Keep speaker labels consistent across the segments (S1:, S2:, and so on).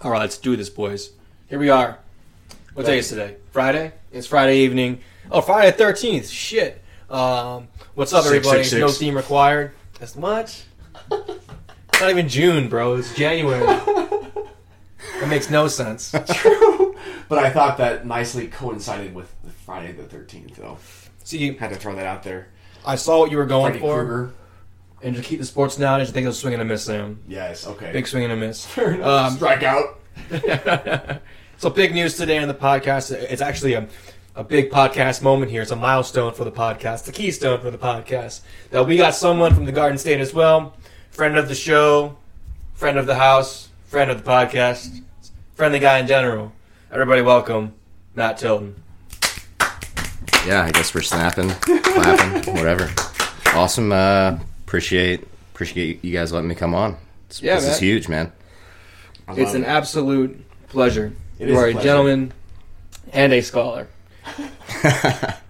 S1: All right, let's do this, boys. Here we are. What day is today? Friday. It's Friday evening. Oh, Friday thirteenth. Shit. Um, what's up,
S2: Six, six,
S1: everybody?
S2: six.
S1: No theme required. That's much. it's not even June, bro. It's January. that makes no sense.
S2: True. But I thought that nicely coincided with the Friday the 13th, though.
S1: See,
S2: Had to throw that out there.
S1: I saw what you were going
S2: Freddy
S1: for,
S2: Krueger.
S1: and to keep the sports knowledge, I think it was swing and a miss, Sam.
S2: Yes, okay.
S1: Big swing and a miss.
S2: Fair enough.
S1: Um,
S2: Strike out.
S1: so big news today on the podcast. It's actually a, a big podcast moment here. It's a milestone for the podcast, the keystone for the podcast. That we got someone from the Garden State as well, friend of the show, friend of the house, friend of the podcast, friendly guy in general. Everybody, welcome Matt Tilton.
S3: yeah, I guess we're snapping, clapping, whatever. Awesome. Uh, appreciate appreciate you guys letting me come on. It's,
S1: Yeah,
S3: this
S1: man.
S3: is huge, man.
S2: I
S1: It's
S2: love
S1: an
S2: it.
S1: absolute pleasure.
S2: It
S1: you
S2: is
S1: are
S2: a
S1: a
S2: pleasure.
S1: gentleman and a scholar.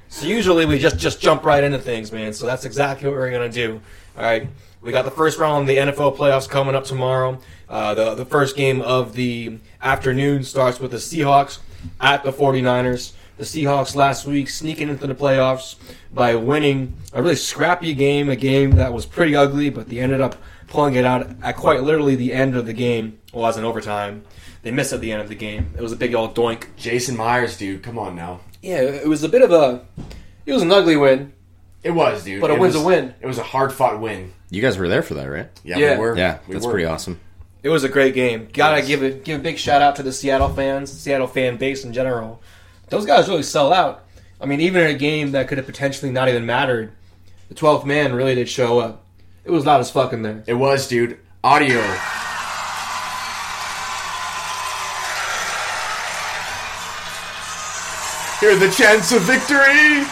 S1: So usually we just just jump right into things, man. So that's exactly what we're gonna do. All right, we got the first round of the NFL playoffs coming up tomorrow. Uh, the the first game of the afternoon starts with the Seahawks at the 49ers. The Seahawks last week sneaking into the playoffs by winning a really scrappy game, a game that was pretty ugly, but they ended up pulling it out at quite literally the end of the game. Well, it was in overtime. They missed at the end of the game. It was a big old doink.
S2: Jason Myers, dude. Come on now.
S1: Yeah, it was a bit of a. It was an ugly win.
S2: It was, dude.
S1: But a
S2: it
S1: win's
S2: was,
S1: a win.
S2: It was a hard fought win.
S3: You guys were there for that, right?
S2: Yeah,
S1: Yeah.
S2: we were.
S3: Yeah,
S2: we
S3: that's
S2: were.
S3: pretty awesome.
S1: It was a great game. Gotta
S2: Yes.
S1: give it give a big shout out to the Seattle fans, Seattle fan base in general. Those guys really sell out. I mean, even in a game that could have potentially not even mattered, the 12th man really did show up. It was loud as fuck in there.
S2: It was, dude. Audio. Hear the chants of victory.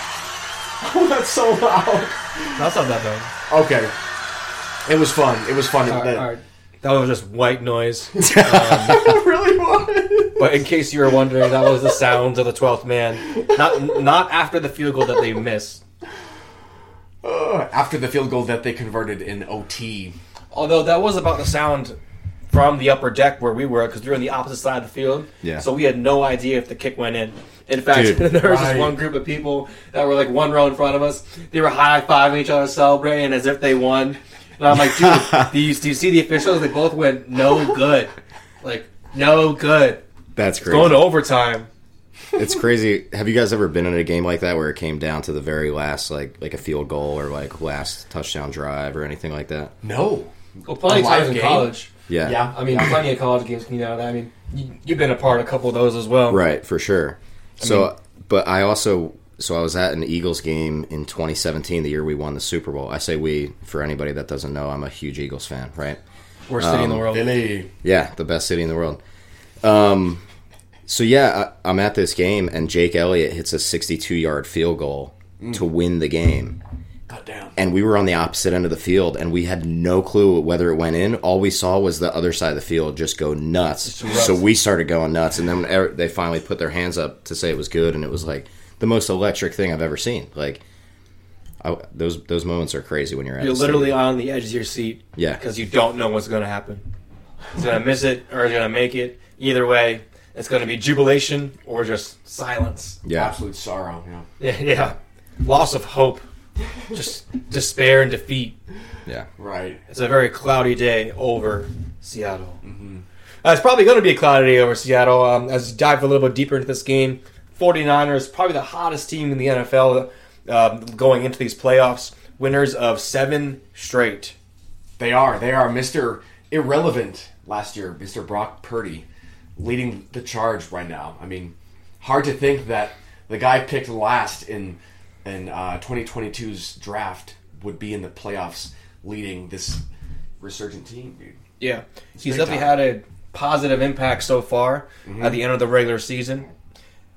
S2: Oh, that's so loud.
S1: That's not that bad.
S2: Okay. It was fun. It was fun.
S1: All right,
S2: that,
S1: all right. That was just white noise.
S2: it really was.
S1: But in case you were wondering, that was the sound of the 12th man. Not not after the field goal that they missed.
S2: Uh, after the field goal that they converted in OT.
S1: Although that was about the sound from the upper deck where we were, because we were on the opposite side of the field.
S3: Yeah.
S1: So we had no idea if the kick went in. In fact,
S3: Dude,
S1: there was just
S2: right.
S1: one group of people that were like one row in front of us. They were high fiving each other, celebrating as if they won. And I'm like, dude, do you, do you see the officials? They both went no good, like no good.
S3: That's crazy.
S1: Going to overtime.
S3: it's crazy. Have you guys ever been in a game like that where it came down to the very last, like like a field goal or like last touchdown drive or anything like that?
S2: No.
S1: Well, plenty of
S2: A live
S1: times in
S2: game?
S1: college.
S3: Yeah,
S2: Yeah.
S1: I mean, plenty of college games can you know that. I mean, you, you've been a part of a couple of those as well.
S3: right for sure. So, but I also so I was at an Eagles game in 2017, the year we won the Super Bowl. I say we for anybody that doesn't know, I'm a huge Eagles fan, right?
S1: Worst city
S3: Um,
S1: in the world.
S2: Billy.
S3: Yeah, the best city in the world. Um, so yeah, I, I'm at this game, and Jake Elliott hits a 62 yard field goal
S1: Mm.
S3: to win the game,
S2: God damn.
S3: and we were on the opposite end of the field, and we had no clue whether it went in. All we saw was the other side of the field just go nuts.
S1: rough.
S3: So we started going nuts, and then er- they finally put their hands up to say it was good, and it was like the most electric thing I've ever seen. Like. I, those those moments are crazy when you're at
S1: You're
S3: the
S1: literally
S3: stadium.
S1: on the edge of your seat.
S3: Yeah.
S1: Because you don't know what's going to happen. He's going to miss it or he's going to make it. Either way, it's going to be jubilation or just silence.
S3: yeah
S2: Absolute sorrow. Yeah.
S1: Yeah. yeah. Loss of hope. Just despair and defeat.
S3: yeah
S2: Right.
S1: It's a very cloudy day over Seattle. Uh, it's probably going to be a cloudy day over Seattle. Um, as you dive a little bit deeper into this game, 49ers, probably the hottest team in the NFL uh, going into these playoffs. Winners of seven straight.
S2: They are. They are Mr. Irrelevant last year, Mr. Brock Purdy, leading the charge right now. I mean, hard to think that the guy picked last in in uh, 2022's draft would be in the playoffs leading this resurgent team, dude.
S1: Yeah, he's
S2: big
S1: definitely
S2: time.
S1: had a positive impact so far at the end of the regular season.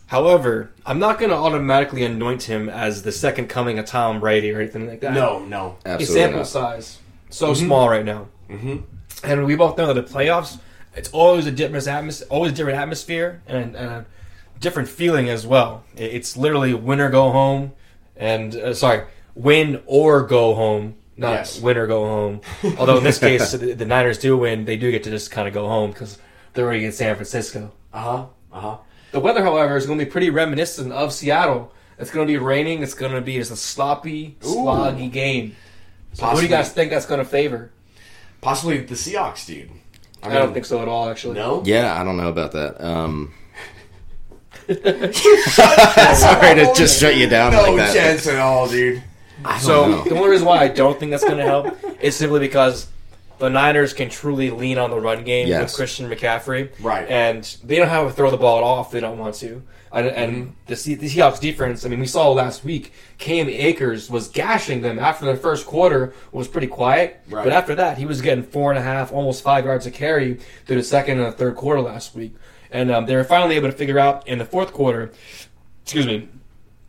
S1: However, I'm not going to automatically anoint him as the second coming of Tom Brady or anything like that.
S2: No, no.
S1: his
S3: absolutely
S1: sample
S3: not.
S1: size so small right now, mm-hmm. and we both know that the playoffs it's always a different atmosphere, always a different atmosphere, and, and a different feeling as well. It- It's literally win or go home, and uh, sorry, win or go home. Not
S2: Yes.
S1: win or go home. Although in this case, the, the Niners do win. They do get to just kind of go home because they're already in San Francisco.
S2: Uh huh. Uh huh.
S1: The weather, however, is going to be pretty reminiscent of Seattle. It's going to be raining. It's going to be just a sloppy, sloggy game. So who do
S2: Possibly.
S1: you guys think that's going to favor?
S2: Possibly the Seahawks, dude.
S1: I, don't think so at all, actually.
S2: No.
S3: Yeah, I don't know about that. Um, sorry to just shut you down
S2: No
S3: like that.
S2: chance at all, dude.
S1: So
S3: know.
S1: the only reason why I don't think that's going to help is simply because the Niners can truly lean on the run game
S3: Yes.
S1: with Christian McCaffrey,
S2: Right.
S1: And they don't have to throw the ball off; they don't want to. And, and the, Se- the Seahawks defense, I mean, we saw last week, Cam Akers was gashing them after the first quarter was pretty quiet,
S2: Right.
S1: but after that, he was getting four and a half, almost five yards a carry through the second and the third quarter last week. And um, they were finally able to figure out in the fourth quarter, excuse me,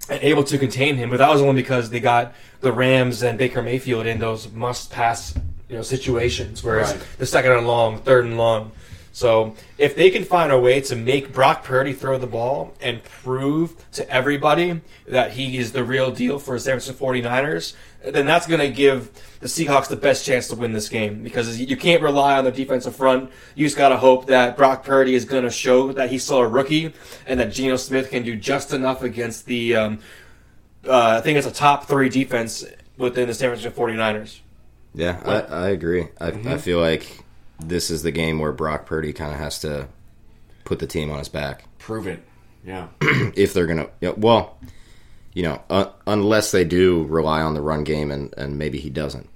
S1: and able to contain him. But that was only because they got the Rams and Baker Mayfield in those must pass you know situations, whereas
S2: Right.
S1: the second and long, third and long. So if they can find a way to make Brock Purdy throw the ball and prove to everybody that he is the real deal for the San Francisco 49ers, then that's going to give the Seahawks the best chance to win this game because you can't rely on their defensive front. You just got to hope that Brock Purdy is going to show that he's still a rookie and that Geno Smith can do just enough against the um, uh, I think it's a top three defense within the San Francisco 49ers.
S3: Yeah, I, I agree. I,
S2: Mm-hmm.
S3: I feel like this is the game where Brock Purdy kind of has to put the team on his back
S2: Prove it. Yeah.
S3: if they're gonna. You know, well, you know, uh, unless they do rely on the run game, and and maybe he doesn't.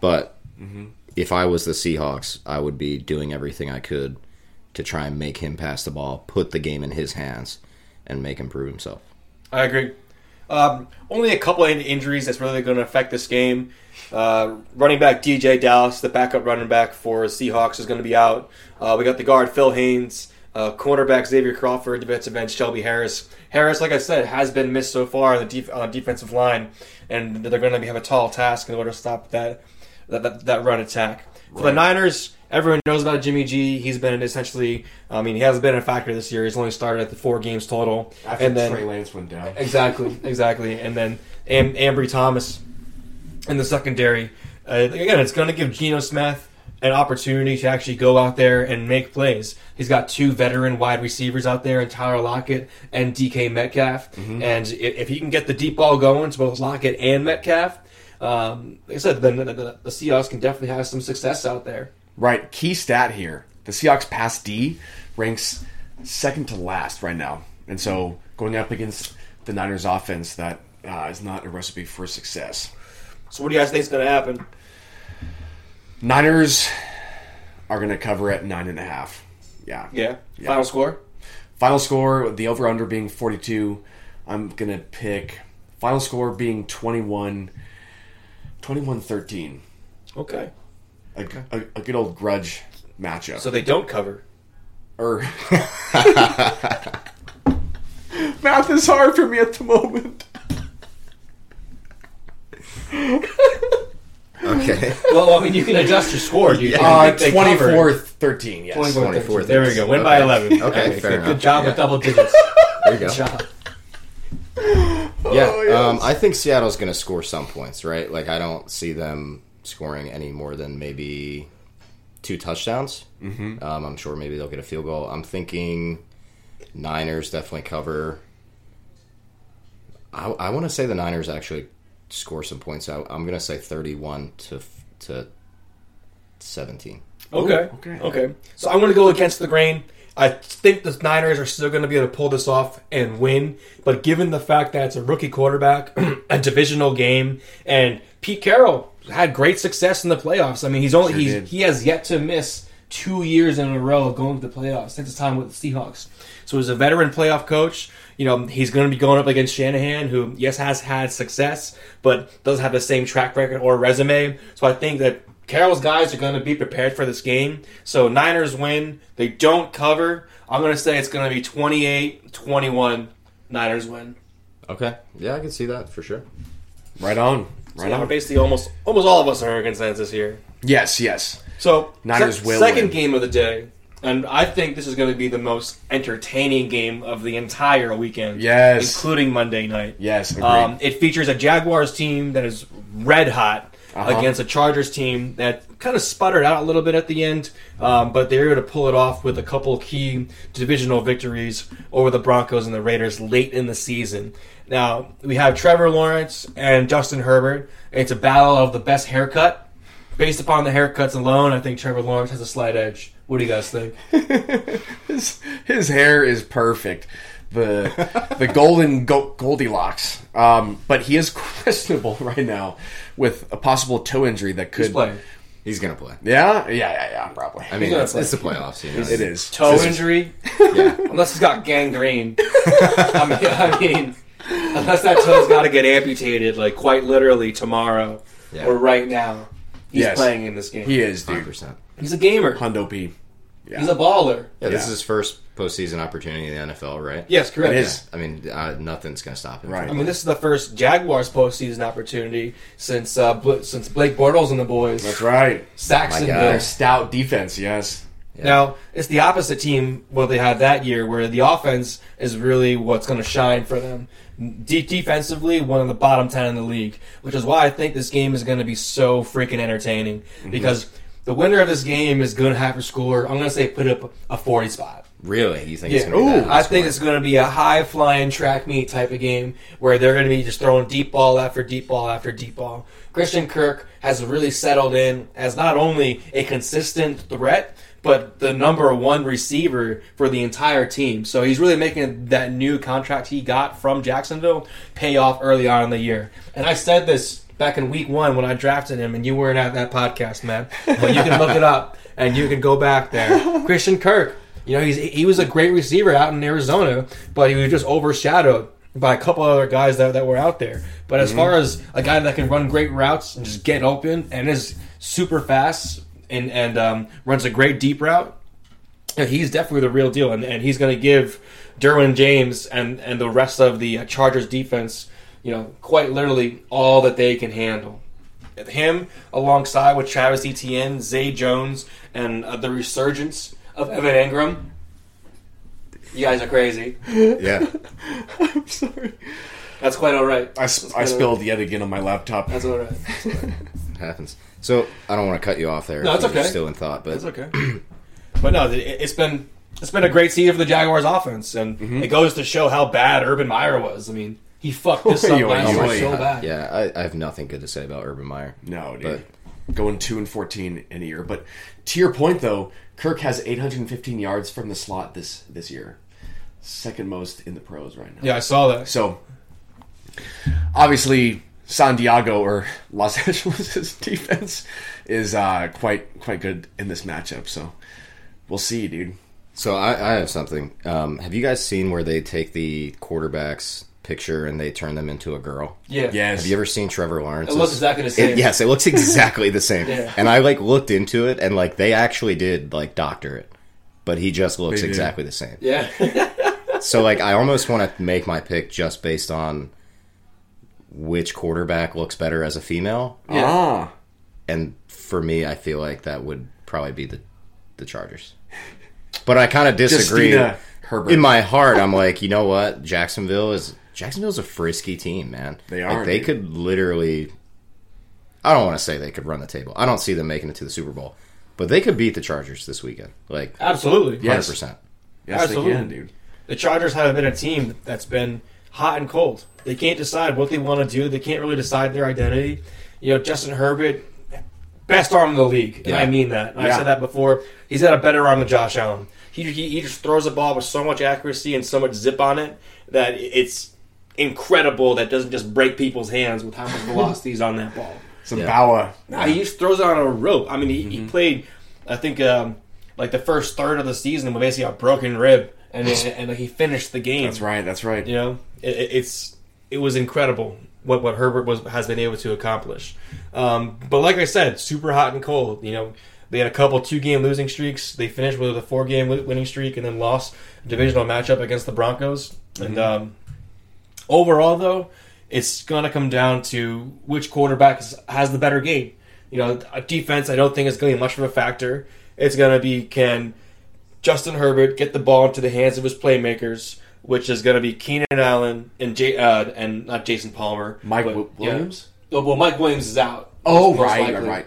S3: But
S2: Mm-hmm.
S3: if I was the Seahawks, I would be doing everything I could to try and make him pass the ball, put the game in his hands, and make him prove himself.
S1: I agree. Um, only a couple of injuries that's really going to affect this game. Uh, running back DJ Dallas, the backup running back for Seahawks, is going to be out. Uh, we got the guard Phil Haynes, uh, cornerback Xavier Crawford, defensive end Shelby Harris. Harris, like I said, has been missed so far on the def- on the defensive line, and they're going to have a tall task in order to stop that that, that, that run attack. For the Niners, everyone knows about Jimmy G. He's been essentially, I mean, he hasn't been a factor this year. He's only started at the four games total.
S2: After
S1: and then,
S2: Trey Lance went down.
S1: Exactly, exactly. And then Am- Ambry Thomas in the secondary. Uh, again, it's going to give Geno Smith an opportunity to actually go out there and make plays. He's got two veteran wide receivers out there, and Tyler Lockett and DK Metcalf. And i- if he can get the deep ball going to both Lockett and Metcalf, um, like I said, then the, the, the Seahawks can definitely have some success out there.
S2: Right. Key stat here: the Seahawks pass D ranks second to last right now, and so going up against the Niners offense, that uh, is not a recipe for success.
S1: So, what do you guys think is going to happen?
S2: Niners are going to cover at nine and a half. Yeah.
S1: Yeah. Final score?
S2: Final score: the over under being forty two. I'm gonna pick final score being 21 21-13.
S1: Okay.
S2: A, a, a good old grudge matchup.
S1: So, they don't cover.
S2: or math is hard for me at the moment.
S3: Okay.
S1: Well, I mean, you can adjust your score. Do you
S2: Uh,
S1: think they cover?
S2: 24-13, yes.
S3: 24.
S1: There we go. Win by
S3: Okay.
S1: 11.
S3: Okay, fair
S1: good,
S3: enough.
S1: Good job with double digits.
S3: There you go.
S1: Good job.
S3: Yeah,
S2: Oh, yes.
S3: um, I think Seattle's going to score some points, right? Like, I don't see them scoring any more than maybe two touchdowns. Mm-hmm. Um, I'm sure maybe they'll get a field goal. I'm thinking Niners definitely cover. I, I want to say the Niners actually score some points. I, I'm going to say 31 to f- to 17.
S1: Okay.
S2: okay.
S1: okay. Okay. So I'm going to go against the grain. I think the Niners are still going to be able to pull this off and win. But given the fact that it's a rookie quarterback, a divisional game, and Pete Carroll had great success in the playoffs. I mean, he's only
S2: Sure
S1: he's,
S2: did.
S1: he has yet to miss two years in a row of going to the playoffs since his time with the Seahawks. So he's a veteran playoff coach. You know, he's going to be going up against Shanahan, who yes has had success, but doesn't have the same track record or resume. So I think that Carroll's guys are going to be prepared for this game. So Niners win. They don't cover. I'm going to say it's going to be 28-21. Niners win.
S3: Okay. Yeah, I can see that for sure.
S2: Right on.
S1: So
S2: Right
S1: yeah, we're
S2: on.
S1: basically almost almost all of us are against that this year.
S2: Yes, yes.
S1: So
S2: Niners
S1: se-
S2: will
S1: second
S2: win.
S1: game of the day, and I think this is going to be the most entertaining game of the entire weekend.
S2: Yes.
S1: including Monday night.
S2: Yes, agreed.
S1: Um, it features a Jaguars team that is red hot
S2: Uh-huh.
S1: against a Chargers team that kind of sputtered out a little bit at the end, um, but they were able to pull it off with a couple key divisional victories over the Broncos and the Raiders late in the season. Now we have Trevor Lawrence and Justin Herbert. It's a battle of the best haircut. Based upon the haircuts alone, I think Trevor Lawrence has a slight edge. What do you guys think?
S2: his, his hair is perfect. The the golden go- Goldilocks. Um, but he is questionable right now with a possible toe injury that could.
S1: Who's playing?
S3: He's gonna play.
S2: Yeah, yeah, yeah, yeah, probably.
S3: I mean,
S1: gonna
S3: it's,
S1: play.
S3: it's the playoffs. You know,
S2: it is
S1: Toe
S2: This is-
S1: injury?
S3: Yeah.
S1: Unless he's got gangrene. I mean, I mean, unless that toe's got to get amputated, like quite literally tomorrow
S3: Yeah.
S1: or right now. He's
S2: Yes.
S1: playing in this game.
S2: He is,
S3: Hundred
S2: dude.
S3: percent.
S1: He's a gamer.
S2: Hundo P. Yeah.
S1: He's a baller.
S3: Yeah, this
S2: Yeah.
S3: is his first postseason opportunity in the NFL, right?
S1: Yes, correct.
S2: It is.
S3: I mean, uh, nothing's gonna stop him.
S2: Right.
S1: I mean, this is the first Jaguars postseason opportunity since uh, Bl- since Blake Bortles and the boys.
S2: That's right.
S1: Saxon
S3: My
S2: Their
S3: God.
S2: stout defense, yes.
S1: Now it's the opposite team what they had that year, where the offense is really what's going to shine for them. De- defensively, one of the bottom ten in the league, which is why I think this game is going to be so freaking entertaining because the winner of this game is going to have to score. I'm going to say put up a 40 spot.
S3: Really? You think it's
S1: Yeah.
S3: gonna be that
S2: Ooh.
S3: high
S1: I think
S3: scoring?
S1: it's going to be a high flying track meet type of game where they're going to be just throwing deep ball after deep ball after deep ball. Christian Kirk has really settled in as not only a consistent threat, but the number one receiver for the entire team. So he's really making that new contract he got from Jacksonville pay off early on in the year. And I said this back in week one when I drafted him, and you weren't at that podcast, man. But you can look it up and you can go back there. Christian Kirk, you know, he's, he was a great receiver out in Arizona, but he was just overshadowed by a couple other guys that, that were out there. But as far as a guy that can run great routes and just get open and is super fast and, and um, runs a great deep route, yeah, he's definitely the real deal, and, and he's going to give Derwin James and, and the rest of the uh, Chargers defense, you know, quite literally all that they can handle. Him alongside with Travis Etienne, Zay Jones, and uh, the resurgence of Evan Ingram. You guys are crazy.
S3: yeah.
S2: I'm sorry.
S1: That's quite all right.
S2: I, s- I spilled yet again on my laptop.
S1: That's all right.
S3: It happens. So I don't want to cut you off there.
S1: No,
S3: if
S1: it's
S3: you're
S1: okay.
S3: Still in thought, but
S1: That's okay. but no, it, it's been it's been a great season for the Jaguars offense, and it goes to show how bad Urban Meyer was. I mean, he fucked this up
S2: Oy,
S1: last
S2: oy,
S1: year Oh so
S2: oy.
S1: bad.
S3: yeah, I, I have nothing good to say about Urban Meyer.
S2: No, dude. Going two and fourteen in a year. But to your point though, Kirk has eight hundred and fifteen yards from the slot this this year. Second most in the pros right now.
S1: Yeah, I saw that.
S2: So obviously San Diego or Los Angeles' defense is uh, quite quite good in this matchup, so we'll see, dude.
S3: So I, I have something. Um, have you guys seen where they take the quarterback's picture and they turn them into a girl?
S1: Yeah.
S2: Yes.
S3: Have you ever seen Trevor Lawrence?
S1: It looks exactly the same.
S3: yes, it looks exactly the same.
S1: Yeah.
S3: And I like looked into it, and like they actually did like doctor it, but he just looks
S2: They did.
S3: exactly the same.
S1: Yeah.
S3: So like I almost want to make my pick just based on which quarterback looks better as a female,
S1: Yeah.
S2: Ah.
S3: and for me, I feel like that would probably be the the Chargers. But I kind of disagree.
S2: Justina Herbert.
S3: In my heart, I'm like, you know what? Jacksonville is Jacksonville's a frisky team, man.
S2: They
S3: Like,
S2: are,
S3: they
S2: dude.
S3: could literally. I don't want to say they could run the table. I don't see them making it to the Super Bowl, but they could beat the Chargers this weekend. Like, hundred
S1: Absolutely.
S2: Yeah. Yes.
S3: percent.
S2: yes
S1: Absolutely.
S2: they can, dude.
S1: The Chargers have been a team that's been hot and cold. They can't decide what they want to do. They can't really decide their identity. You know, Justin Herbert, best arm in the league. And
S3: Yeah.
S1: I mean that. I
S2: Yeah.
S1: said that before. He's got a better arm than Josh Allen. He, he, he just throws the ball with so much accuracy and so much zip on it that it's incredible that doesn't just break people's hands with how much velocity is on that ball.
S2: Zabawa.
S1: Nah, he just throws it on a rope. I mean, he,
S2: Mm-hmm.
S1: he played, I think, um, like the first third of the season with basically a broken rib, and and, and he finished the game.
S2: That's right, that's right.
S1: You know, it, it- it's it was incredible what what Herbert was has been able to accomplish. Um, but like I said, super hot and cold. You know, they had a couple two game losing streaks. They finished with a four game winning streak, and then lost a divisional matchup against the Broncos. And
S2: Mm-hmm.
S1: um, overall, though, it's going to come down to which quarterback is- has the better game. You know, a defense I don't think is going to be much of a factor. It's going to be can Justin Herbert get the ball into the hands of his playmakers, which is going to be Keenan Allen and J- uh, and not Jason Palmer,
S2: Mike
S1: but-
S2: Wi-
S1: yeah.
S2: Williams?
S1: Oh, well, Mike Williams is out.
S2: Oh,
S1: most
S2: right,
S1: likely.
S2: right,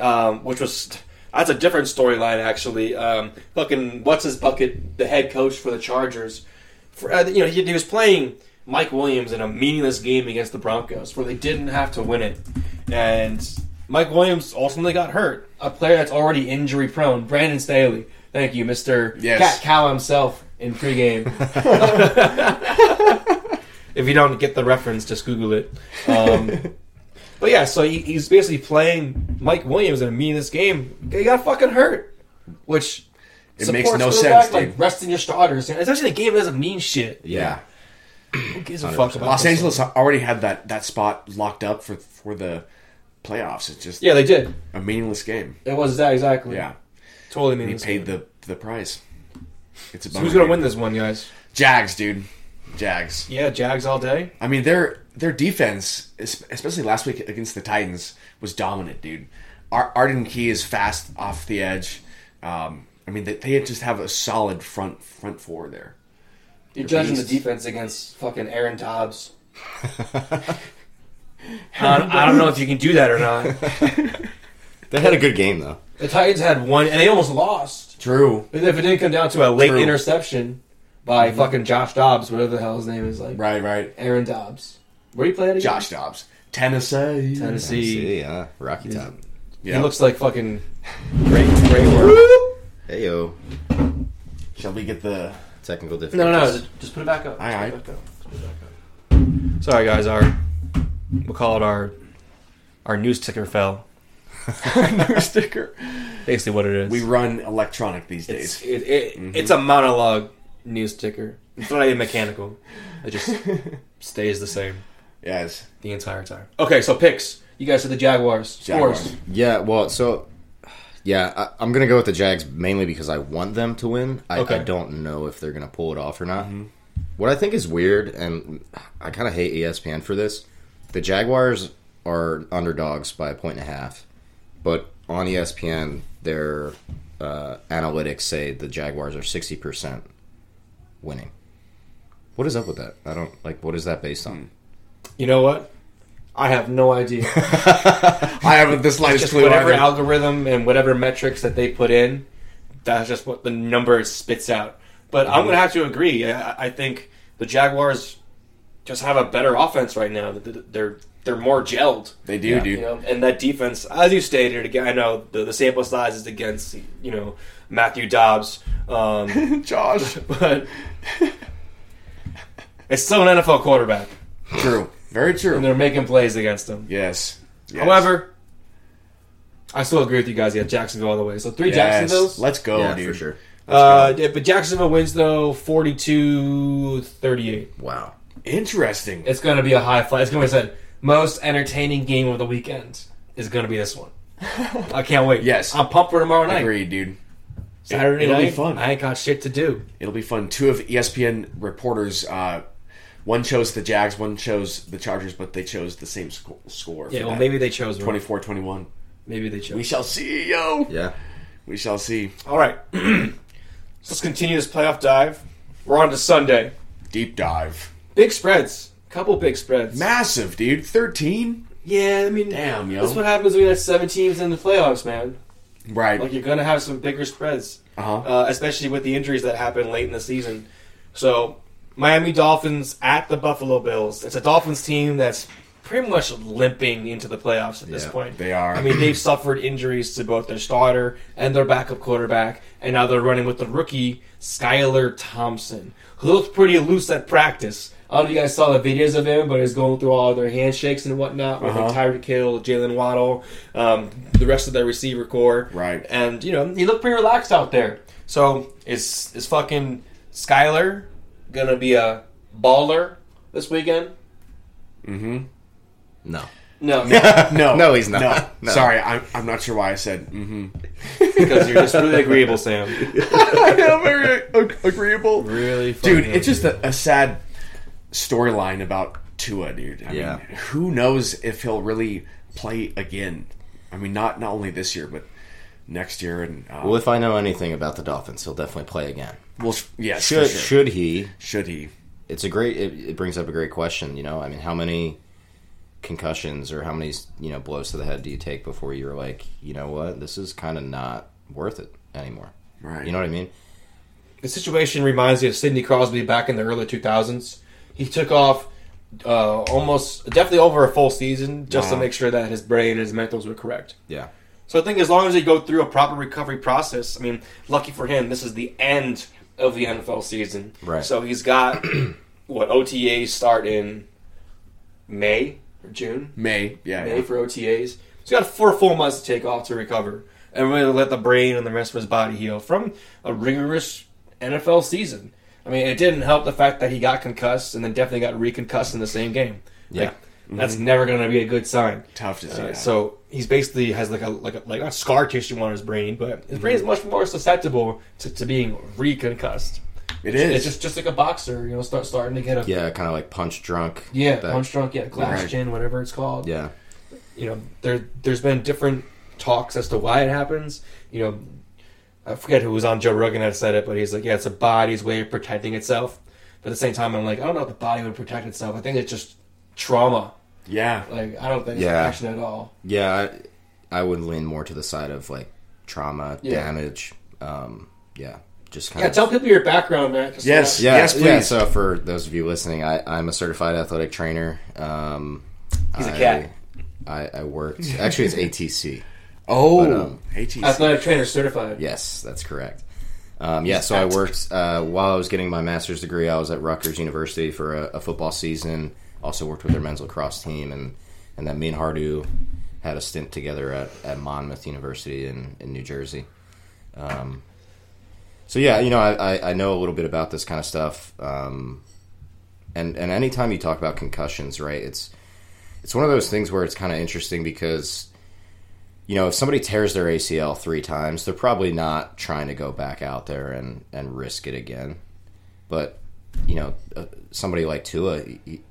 S1: Um, which was that's a different storyline actually. Um, fucking what's his bucket? The head coach for the Chargers. For, uh, you know, he, he was playing Mike Williams in a meaningless game against the Broncos where they didn't have to win it, and Mike Williams ultimately got hurt. A player that's already injury prone, Brandon Staley. Thank you, Mister
S2: Yes.
S1: Cat Cow himself in pregame. if you don't get the reference, just Google it. Um, but yeah, so he, he's basically playing Mike Williams in a meaningless game. He got fucking hurt, which
S2: It
S1: supports
S2: makes no
S1: the
S2: sense,
S1: fact, like
S2: dude.
S1: resting your starters. It's actually the game that doesn't mean shit.
S2: yeah.
S1: Who gives a fuck about
S2: Los
S1: this
S2: Angeles already had that, that spot locked up for for the playoffs. It's just
S1: one? Yeah, they did.
S2: a meaningless game.
S1: It was that exactly.
S2: Yeah,
S1: totally
S2: he
S1: meaningless.
S2: paid the the price. It's a
S1: So
S2: bummer,
S1: who's gonna
S2: dude.
S1: win this one, guys?
S2: Jags, dude. Jags.
S1: Yeah, Jags all day.
S2: I mean, their their defense, es- especially last week against the Titans, was dominant, dude. Ar- Arden Key is fast off the edge. Um, I mean, they, they just have a solid front front four there.
S1: You're
S2: They're
S1: judging the
S2: beasts.
S1: defense against fucking Aaron Dobbs. I don't- I don't know if you can do that or not.
S3: They had a good game though.
S1: The Titans had one, and they almost lost.
S2: True.
S1: If it didn't come down to a late
S2: True.
S1: interception by fucking Josh Dobbs, whatever the hell his name is, like
S2: Right, right.
S1: Aaron Dobbs. Where do you play it again?
S2: Josh Dobbs, Tennessee.
S1: Tennessee.
S3: yeah, Rocky Top.
S1: He
S2: Yeah.
S1: looks like fucking Ray, Ray Worm.
S3: Heyo,
S2: Shall we get the?
S3: technical
S1: No,
S3: difficulties.
S1: no, no. Just put it back up.
S2: All right.
S1: Sorry, guys. Our we'll call it our our news ticker fell.
S2: New sticker.
S1: Basically, what it is.
S2: We run electronic these
S1: It's
S2: days.
S1: it, Mm-hmm. it, it's a monologue news ticker. It's not even mechanical. It just stays the same
S2: Yes.
S1: the entire time. Okay, so picks. You guys said the Jaguars.
S2: Jaguars.
S1: Scores.
S3: Yeah, well, so yeah, I, I'm gonna go with the Jags mainly because I want them to win. I, I
S1: Okay. Mm-hmm.
S3: don't know if they're gonna pull it off or not. What I think is weird, and I kind of hate E ESPN for this, the Jaguars are underdogs by a point and a half, but on E ESPN, their uh, analytics say the Jaguars are 60 percent winning. What is up with that? I don't like. What is that based
S1: Hmm.
S3: on?
S1: You know what? I have no idea.
S2: I haven't the slightest
S1: just
S2: clue.
S1: whatever
S2: either.
S1: algorithm and whatever metrics that they put in, that's just what the number spits out. But I'm going to have to agree. I, I think the Jaguars just have a better offense right now. They're they're more gelled.
S2: They do,
S3: Yeah.
S2: dude.
S1: You know, and that defense, as you stated again, I know the, the sample size is against you know Matthew Dobbs, um,
S2: Josh.
S1: but it's still an NFL quarterback,
S2: True. Very true.
S1: and they're making plays against him.
S2: Yes. Yes.
S1: However, I still agree with you guys. Yeah, Jacksonville all the way. So three
S2: Yes.
S1: Jacksonvilles.
S2: Let's go,
S3: yeah,
S2: dude.
S3: for sure.
S1: Uh, yeah, but Jacksonville wins though 42-38.
S3: Wow.
S2: Interesting.
S1: It's going to be a high fly. It's going to be said most entertaining game of the weekend is going to be this one. I can't wait.
S2: Yes.
S1: I'm pumped for tomorrow night.
S2: Agreed, dude.
S1: Saturday
S2: It'll be
S1: night.
S2: fun.
S1: I ain't got shit to do.
S2: It'll be fun. Two of E ESPN reporters, uh, one chose the Jags, one chose the Chargers, but they chose the same sco- score.
S1: Yeah, well, maybe they chose wrong.
S2: 24 21.
S1: Maybe they chose.
S2: We shall see, yo.
S3: Yeah.
S2: We shall see.
S1: All right. so let's continue this playoff dive. We're on to Sunday.
S2: Deep dive.
S1: Big spreads. Couple big spreads.
S2: Massive, dude. 13?
S1: yeah, I mean,
S2: Damn, yo.
S1: that's what happens when you have seven teams in the playoffs, man. Like
S2: Right.
S1: you're gonna have some bigger spreads,
S2: Uh-huh.
S1: uh, especially with the injuries that happen late in the season. So, Miami Dolphins at the Buffalo Bills. It's a Dolphins team that's pretty much limping into the playoffs at this
S3: Yeah,
S1: point.
S2: They are.
S1: I mean, they've suffered injuries to both their starter and their backup quarterback, and now they're running with the rookie Skylar Thompson, who looked pretty loose at practice. I don't know if you guys saw the videos of him, but he's going through all their handshakes and whatnot with
S2: Uh-huh.
S1: like Tyreek Hill, Jalen Waddle, um, the rest of their receiver core.
S2: Right.
S1: And you know he looked pretty relaxed out there. So is is fucking Skylar gonna be a baller this weekend?
S3: No.
S1: No,
S2: no.
S3: No, he's not. No.
S2: Sorry, I'm, I'm not sure why I said mm-hmm.
S1: because you're just really agreeable, Sam.
S2: I am very ag- agreeable.
S1: Really,
S2: dude it's just a, a sad storyline about tua dude I
S3: Yeah.
S2: mean, who knows if he'll really play again i mean not not only this year but next year and uh,
S3: Well, if I know anything about the Dolphins, he'll definitely play again.
S2: well sh- yeah
S3: Should
S2: should, sure. should
S3: should he?
S2: should he
S3: It's a great. It, it brings up a great question. You know, I mean, how many concussions or how many you know blows to the head do you take before you're like, you know what, this is kind of not worth it anymore.
S2: Right.
S3: You know what I mean?
S1: The situation reminds me of Sidney Crosby back in the early 2000s. He took off uh, almost, definitely over a full season just to
S2: Wow.
S1: make sure that his brain and his mentals were correct.
S3: Yeah.
S1: So I think as long as they go through a proper recovery process, I mean, lucky for him, this is the end of the NFL season.
S3: Right.
S1: So he's got what OTAs start in May or June.
S2: May. Yeah.
S1: May
S2: yeah.
S1: for OTAs. He's got four full months to take off to recover and really let the brain and the rest of his body heal from a rigorous NFL season. I mean, it didn't help the fact that he got concussed and then definitely got reconcussed in the same game.
S3: Yeah.
S1: Like, that's never going to be a good sign.
S2: Tough to see.
S1: Mm-hmm. Uh,
S2: that.
S1: So he's basically has like a like a, like not scar tissue on his brain, but his brain is much more susceptible to, to being reconcussed.
S2: it
S1: It's,
S2: is.
S1: just just like a boxer, you know, start starting to get a
S3: Yeah, kind of like punch drunk.
S1: yeah
S3: That-
S1: punch drunk, yeah, glass
S2: Right.
S1: chin, whatever it's called.
S3: Yeah.
S1: You know, there there's been different talks as to why it happens. You know, I forget who was on Joe Rogan that said it, but he's like, yeah, it's a body's way of protecting itself. But at the same time, I'm like, I don't know if the body would protect itself. I think it's just trauma.
S2: yeah.
S1: Like, I don't think
S3: Yeah.
S1: it's action at all.
S3: Yeah, I, I would lean more to the side of like trauma,
S1: Yeah.
S3: damage. Um, yeah, just kind
S1: Yeah,
S3: of.
S1: tell people your background, man. just so
S2: Yes.
S1: that-
S3: yeah,
S2: Yes,
S3: yeah.
S2: please.
S3: So for those of you listening, I, I'm a certified athletic trainer. Um,
S1: He's
S3: a
S1: a cat.
S3: I, I worked. Actually, it's ATC.
S2: Oh.
S3: But, um,
S2: ATC.
S1: Athletic trainer certified.
S3: Yes, that's correct. Um, yeah, so I worked uh, while I was getting my master's degree. I was at Rutgers University for a, a football season. Also worked with their men's lacrosse team, and and then me and Hardu had a stint together at, at Monmouth University in, in New Jersey. Um, so yeah, you know, I, I, I know a little bit about this kind of stuff. Um, and and anytime you talk about concussions, right? It's it's one of those things where it's kind of interesting because you know, if somebody tears their ACL three times, they're probably not trying to go back out there and, and risk it again. But, you know, uh, somebody like Tua, he- he-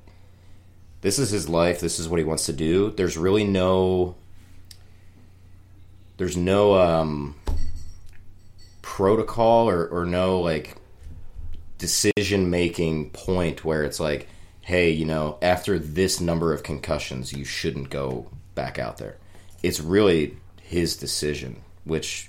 S3: this is his life. This is what he wants to do. There's really no, there's no um, protocol or, or no like decision making point where it's like, hey, you know, after this number of concussions, you shouldn't go back out there. It's really his decision, which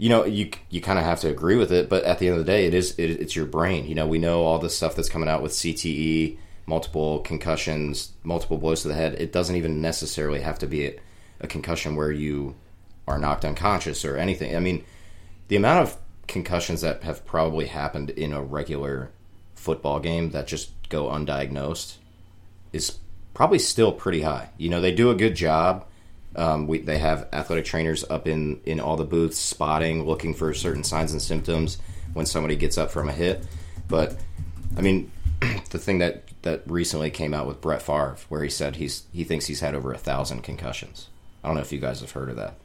S3: you know you you kind of have to agree with it. But at the end of the day, it is it, it's your brain. You know, we know all this stuff that's coming out with CTE, multiple concussions, multiple blows to the head. It doesn't even necessarily have to be a, a concussion where you are knocked unconscious or anything. I mean the amount of concussions that have probably happened in a regular football game that just go undiagnosed is probably still pretty high. You know, they do a good job. Um, we, they have athletic trainers up in, in all the booths spotting, looking for certain signs and symptoms when somebody gets up from a hit. But, I mean, the thing that, that recently came out with Brett Favre, where he said he's he thinks he's had over a thousand concussions. I don't know if you guys have heard of that.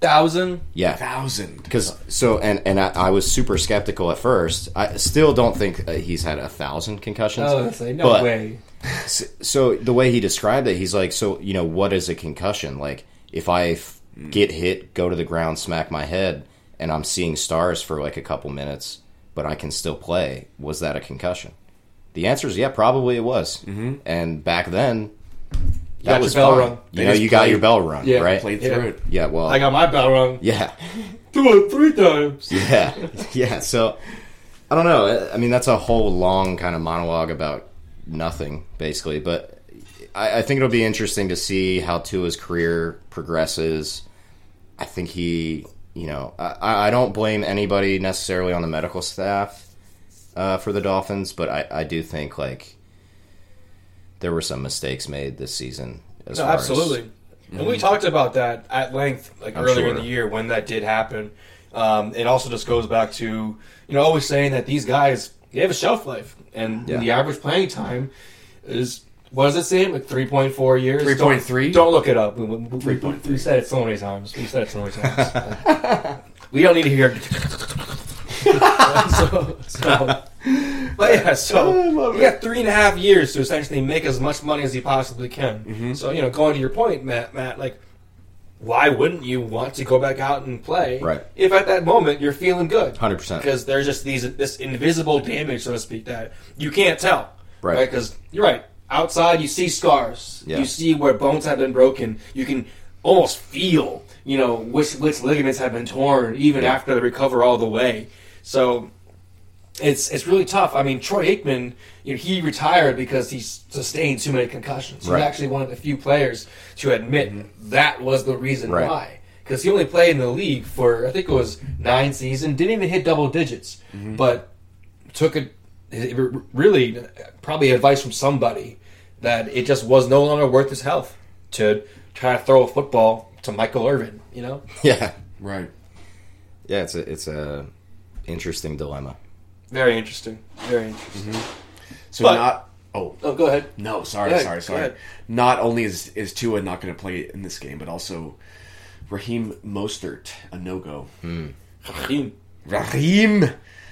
S1: Thousand.
S3: Yeah,
S2: thousand.
S3: because so and and I, I was super skeptical at first. I still don't think uh, he's had a thousand concussions.
S1: Oh, that's like, no
S3: But-
S1: way.
S3: S- So the way he described it, he's like, so you know, what is a concussion? Like if I f-
S1: Hmm.
S3: get hit, go to the ground, smack my head, and I'm seeing stars for like a couple minutes, but I can still play. Was that a concussion? The answer is yeah, probably it was. Mm-hmm. And back then, that
S1: got
S3: was
S1: your bell
S3: fine.
S1: rung.
S3: You
S2: They
S3: know,
S2: just
S3: you got
S2: played-
S3: your bell rung,
S1: Yeah,
S3: right?
S2: Played
S1: Yeah.
S2: through it.
S3: Yeah, well,
S1: I got my bell rung.
S3: Oh. yeah.
S1: Two or three times.
S3: yeah yeah so i don't know i mean that's a whole long kind of monologue about nothing basically but i, I think it'll be interesting to see how tua's career progresses i think he you know i, I don't blame anybody necessarily on the medical staff uh, for the dolphins but I, I do think like there were some mistakes made this season as
S1: No,
S3: far
S1: absolutely.
S3: as
S1: And we talked about that at length, like
S3: I'm
S1: earlier
S3: sure.
S1: in the year when that did happen. Um, it also just goes back to you know always saying that these guys they have a shelf life, and
S3: Yeah.
S1: the average playing time is what does it say? Like three point four years.
S2: 3.3?
S1: Don't, don't look it up. We, we- we- we said it so many times. We said it so many times. we don't need to hear. so, so, but yeah, so
S2: I love
S1: you got three and a half years to essentially make as much money as he possibly can.
S2: Mm-hmm.
S1: So you know, going to your point, Matt, Matt, like, why wouldn't you want to go back out and play?
S3: Right.
S1: If at that moment you're feeling good,
S3: 100%
S1: because there's just these this invisible damage, so to speak, that you can't tell.
S3: Right.
S1: Because you're right. outside you see scars.
S3: Yeah.
S1: You see where bones have been broken. You can almost feel, you know, which which ligaments have been torn even
S3: Yeah.
S1: after they recover all the way. So it's it's really tough. I mean, Troy Aikman, you know, he retired because he s- sustained too many concussions. He's
S3: Right. Mm-hmm.
S1: actually one of the few players to admit that was the reason
S3: Right.
S1: why. Because he only played in the league for I think it was nine seasons. Didn't even hit double digits, but took it it re- really probably advice from somebody that it just was no longer worth his health to try to throw a football to Michael Irvin. You know,
S3: Yeah,
S2: Right.
S3: yeah. It's a it's a interesting dilemma.
S1: very interesting. Very interesting.
S2: So
S1: But-
S2: not. Oh
S1: Oh, go ahead.
S2: no! Sorry,
S1: Go ahead,
S2: sorry,
S1: go
S2: sorry.
S1: ahead.
S2: Not only is is Tua not going to play in this game, but also Raheem Mostert a no go.
S1: Raheem.
S2: Raheem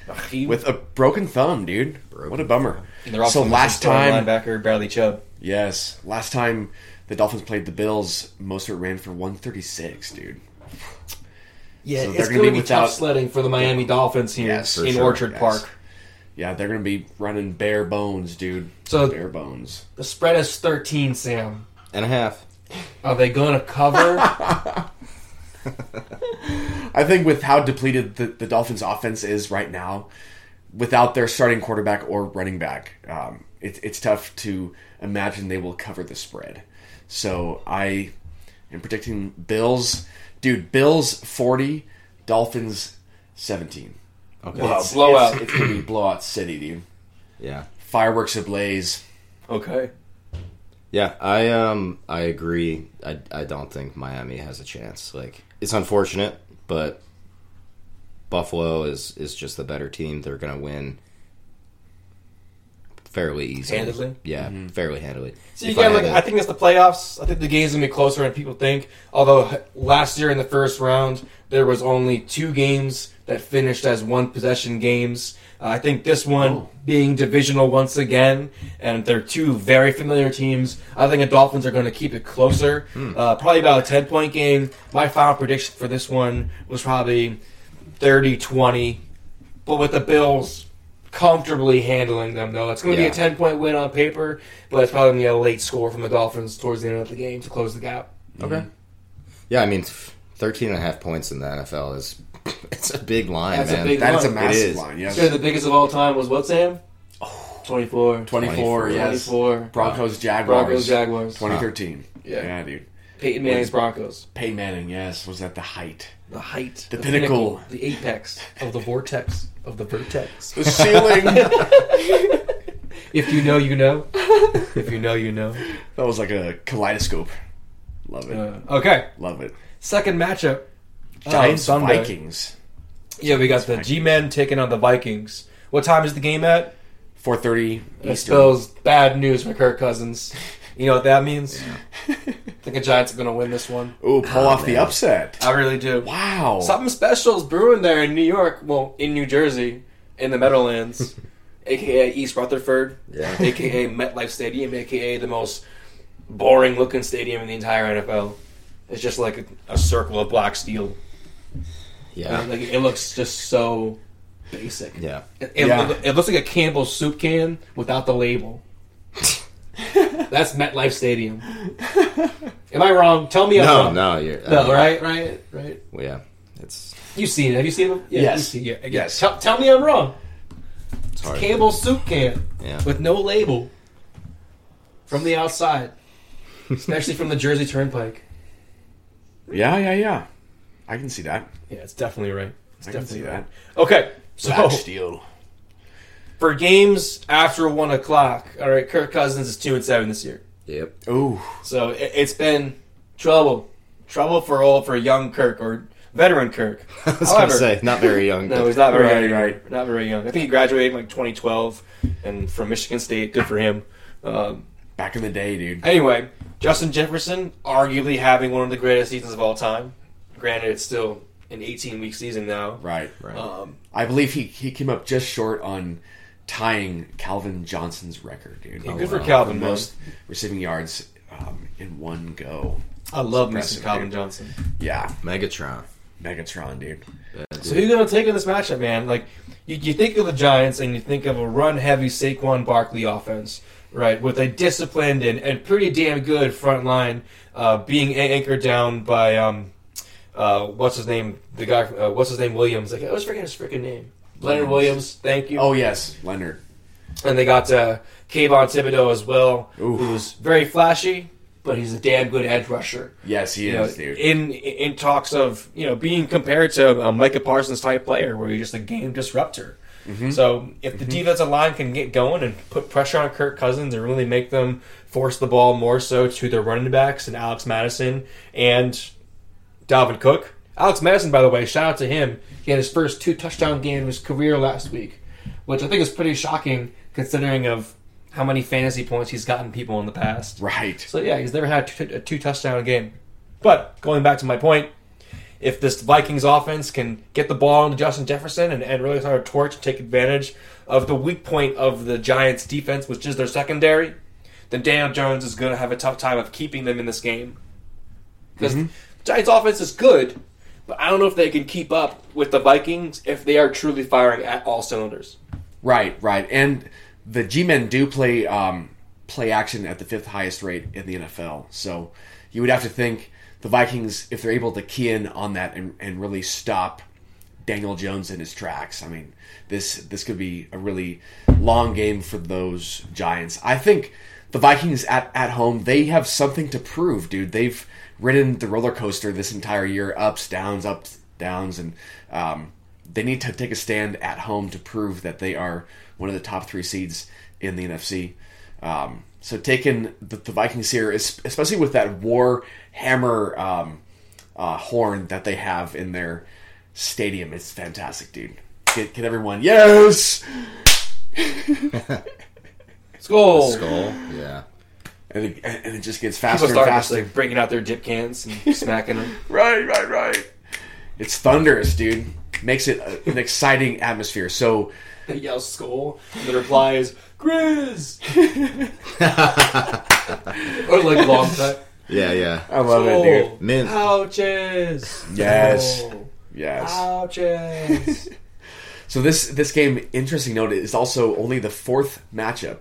S1: Raheem.
S2: with a broken thumb, dude. what a bummer.
S1: And they're also
S2: So
S1: missing
S2: last
S1: starting
S2: time,
S1: linebacker Bradley Chubb.
S2: yes, last time the Dolphins played the Bills, Mostert ran for 136, dude.
S1: Yeah,
S2: So they're
S1: it's
S2: gonna
S1: going to
S2: be
S1: be tough
S2: without-
S1: sledding for the Miami Dolphins here
S2: Yes, for
S1: in
S2: sure,
S1: Orchard
S2: yes.
S1: Park.
S2: Yeah, they're going to be running bare bones, dude.
S1: So-
S2: bare bones.
S1: The spread is 13, Sam.
S3: And a half.
S1: Are they going to cover?
S2: I think with how depleted the, the Dolphins' offense is right now, without their starting quarterback or running back, um, it, it's tough to imagine they will cover the spread. So I am predicting Bills, dude. Bills forty, Dolphins seventeen.
S3: Okay.
S1: Wow.
S2: It's-
S1: blowout.
S2: It's, it's gonna be blowout city, dude.
S3: Yeah.
S2: Fireworks ablaze.
S1: okay.
S3: Yeah, I um I agree. I, I don't think Miami has a chance. Like it's unfortunate, but Buffalo is is just the better team. They're going to win fairly easily.
S1: Handedly?
S3: Yeah, fairly handily.
S1: So you
S3: If I
S1: got
S3: had
S1: like
S3: to-
S1: I think that's the playoffs. I think the game's gonna be closer than people think. Although h- last year in the first round there was only two games that finished as one possession games. Uh, I think this one
S3: Oh.
S1: being divisional once again, and they're two very familiar teams. I think the Dolphins are going to keep it closer,
S3: Hmm.
S1: uh, probably about a ten point game. My final prediction for this one was probably 30-20, but with the Bills comfortably handling them though. It's going to
S3: Yeah.
S1: be a 10 point win on paper, but it's probably going to be a late score from the Dolphins towards the end of the game to close the gap.
S3: Okay. Yeah, I mean f- 13 and a half points in the NFL is it's a big line,
S1: That's a
S3: man.
S1: big
S2: That is a
S1: It
S2: massive
S3: is.
S2: line.
S1: Yeah.
S2: Yes,
S1: the biggest of all time was what, Sam? 24.
S2: 24, Yes,
S1: 24.
S2: Broncos Jaguars.
S1: Broncos, Jaguars.
S2: Twenty thirteen.
S1: Yeah.
S2: yeah, dude.
S1: Peyton Manning's Broncos.
S2: Peyton Manning. Yes, was at the height.
S1: The height.
S2: The pinnacle.
S1: The apex of the vortex of the vertex.
S2: The ceiling.
S1: If you know, you know. If you know, you know.
S2: That was like a kaleidoscope. Love it.
S1: Uh, okay.
S2: Love it.
S1: Second matchup. Oh, Uh,
S2: Giants
S1: Sunday.
S2: Vikings.
S1: Yeah, we got the G Men taking on the Vikings. What time is the game at?
S2: Four thirty
S1: It
S2: Eastern.
S1: spells bad news for Kirk Cousins. You know what that means? I think the Giants are going to win this one.
S2: Ooh, pull off the upset.
S1: I really do.
S2: Wow.
S1: Something special is brewing there in New York. Well, in New Jersey, in the Meadowlands, aka East Rutherford,
S3: Yeah.
S1: aka MetLife Stadium, aka the most boring looking stadium in the entire NFL. It's just like a, a circle of black steel.
S3: Yeah.
S1: Like it looks just so basic.
S3: Yeah.
S1: It, it-
S2: Yeah.
S1: it looks like a Campbell's soup can without the label. That's MetLife Stadium. Am I wrong? Tell me I'm
S3: No,
S1: wrong.
S3: no, you're I
S1: No,
S3: mean,
S1: right, right, right.
S3: Yeah. It's
S1: You've seen it. Have you seen it? Yeah,
S2: Yes.
S1: you've seen- yeah, yeah.
S2: Yes.
S1: Tell, tell me I'm wrong.
S3: it's hard.
S1: Campbell's soup can
S3: Yeah.
S1: with no label from the outside, especially from the Jersey Turnpike.
S2: yeah, yeah, yeah. I can see that.
S1: Yeah, it's definitely right. It's
S2: I can see that.
S1: Okay, so
S2: Black steel.
S1: for games after one o'clock, all right, Kirk Cousins is two and seven this year.
S3: Yep.
S2: Ooh.
S1: So it, it's been trouble, trouble for old for young Kirk or veteran Kirk.
S3: I was going
S1: However-
S3: to say not very young.
S1: No,
S3: but-
S1: he's not very
S2: Right,
S1: young.
S2: right.
S1: Not very young. I think he graduated in like 2012, and from Michigan State. Good for him. Um,
S2: Back in the day, dude.
S1: anyway, Justin Jefferson arguably having one of the greatest seasons of all time. Granted, it's still an 18 week season now.
S2: Right.
S3: Right.
S1: Um,
S2: I believe he, he came up just short on tying Calvin Johnson's record, dude.
S1: yeah, good
S2: Oh,
S1: for
S2: wow.
S1: Calvin. man.
S2: most receiving yards um, in one go.
S1: I love Mr.
S2: impressive,
S1: Calvin
S2: dude.
S1: Johnson.
S2: Yeah.
S3: Megatron.
S2: Megatron, dude.
S1: So who's gonna take in this matchup, man? Like you, you think of the Giants and you think of a run heavy Saquon Barkley offense right, with a disciplined and, and pretty damn good front line uh, being a- anchored down by um, uh, what's his name? The guy, uh, what's his name? Williams. Like, I was forgetting his freaking name. Leonard Williams. Thank you.
S2: Oh yes, Leonard.
S1: And they got uh, Kayvon Thibodeau as well,
S2: Oof.
S1: who's very flashy, but he's a damn good edge rusher.
S2: Yes, he
S1: You know,
S2: is, dude.
S1: in in talks of you know being compared to a Micah Parsons type player, where you're just a game disruptor.
S2: Mm-hmm.
S1: So if the defensive line can get going and put pressure on Kirk Cousins and really make them force the ball more so to their running backs and Alex Madison and Dalvin Cook. Alex Madison, by the way, shout out to him. He had his first two touchdown game of his career last week, which I think is pretty shocking considering of how many fantasy points he's gotten people in the past.
S2: right.
S1: So yeah, he's never had a two, a two touchdown game. But going back to my point, if this Vikings offense can get the ball into Justin Jefferson and, and really start a torch and take advantage of the weak point of the Giants defense, which is their secondary, then Daniel Jones is going to have a tough time of keeping them in this game. Because Giants offense is good, but I don't know if they can keep up with the Vikings if they are truly firing at all cylinders.
S2: Right, right. And the G men do play um, play action at the fifth highest rate in the NFL. So you would have to think the Vikings, if they're able to key in on that and, and really stop Daniel Jones in his tracks. I mean, this this could be a really long game for those Giants. I think the Vikings at, at home, they have something to prove, dude. They've ridden the roller coaster this entire year, ups, downs, ups, downs, and um, they need to take a stand at home to prove that they are one of the top three seeds in the NFC. Um, so taking the, the Vikings here, es- especially with that war hammer um, uh, horn that they have in their stadium, it's fantastic, dude. Can, can everyone? Yes.
S1: Skull.
S3: Skull. Yeah.
S2: And it, and it just gets
S1: People
S2: faster and
S1: start just
S2: faster.
S1: like bringing out their dip cans and smacking them.
S2: Right, right, right. It's thunderous, dude. Makes it a- an exciting atmosphere. So
S1: He yells skull, and the reply is Grizz. or like long time.
S3: Yeah. Oh, Yeah.
S2: I love it, dude.
S3: Mint.
S1: Ouches.
S2: Yes.
S1: Skull.
S2: Yes.
S1: Ouches.
S2: So this this game, interesting note, is also only the fourth matchup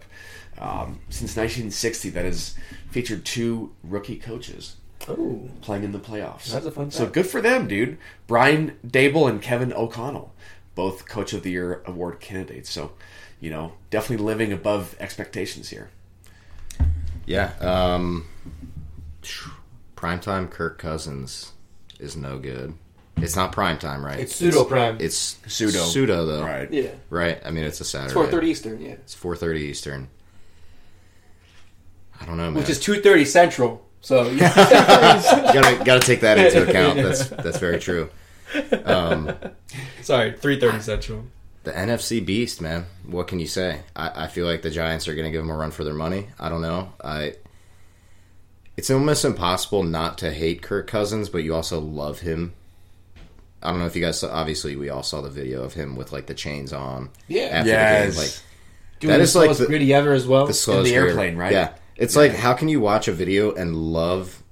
S2: um, since 1960 that has featured two rookie coaches
S1: Ooh.
S2: playing in the playoffs.
S1: That's a fun
S2: So
S1: fact.
S2: good for them, dude. Brian Dable and Kevin O'Connell, both Coach of the Year award candidates. So, you know, definitely living above expectations here.
S3: Yeah. Um, primetime Kirk Cousins is no good. It's not primetime, right?
S1: It's pseudo prime.
S3: It's
S2: Pseudo.
S3: Pseudo though.
S2: Right.
S1: yeah.
S3: Right. I mean, it's a Saturday.
S1: It's 4:30 Eastern. Yeah.
S3: It's four thirty Eastern. I don't know, man.
S1: Which is 2:30 Central. So yeah.
S3: you gotta gotta take that into account. That's that's very true.
S1: sorry, 3:30 Central.
S3: The NFC beast, man. What can you say? I, I feel like the Giants are gonna give them a run for their money. I don't know. I. It's almost impossible not to hate Kirk Cousins, but you also love him. I don't know if you guys saw, obviously we all saw the video of him with like the chains on.
S1: Yeah.
S3: After the
S2: Yes.
S3: game, like
S1: Doing
S3: That
S1: the
S3: is like
S1: slowest
S3: the-
S1: gritty ever as well.
S3: the slowest
S2: Oh, the
S3: career.
S2: airplane, right?
S3: Yeah, it's like how can you watch a video and love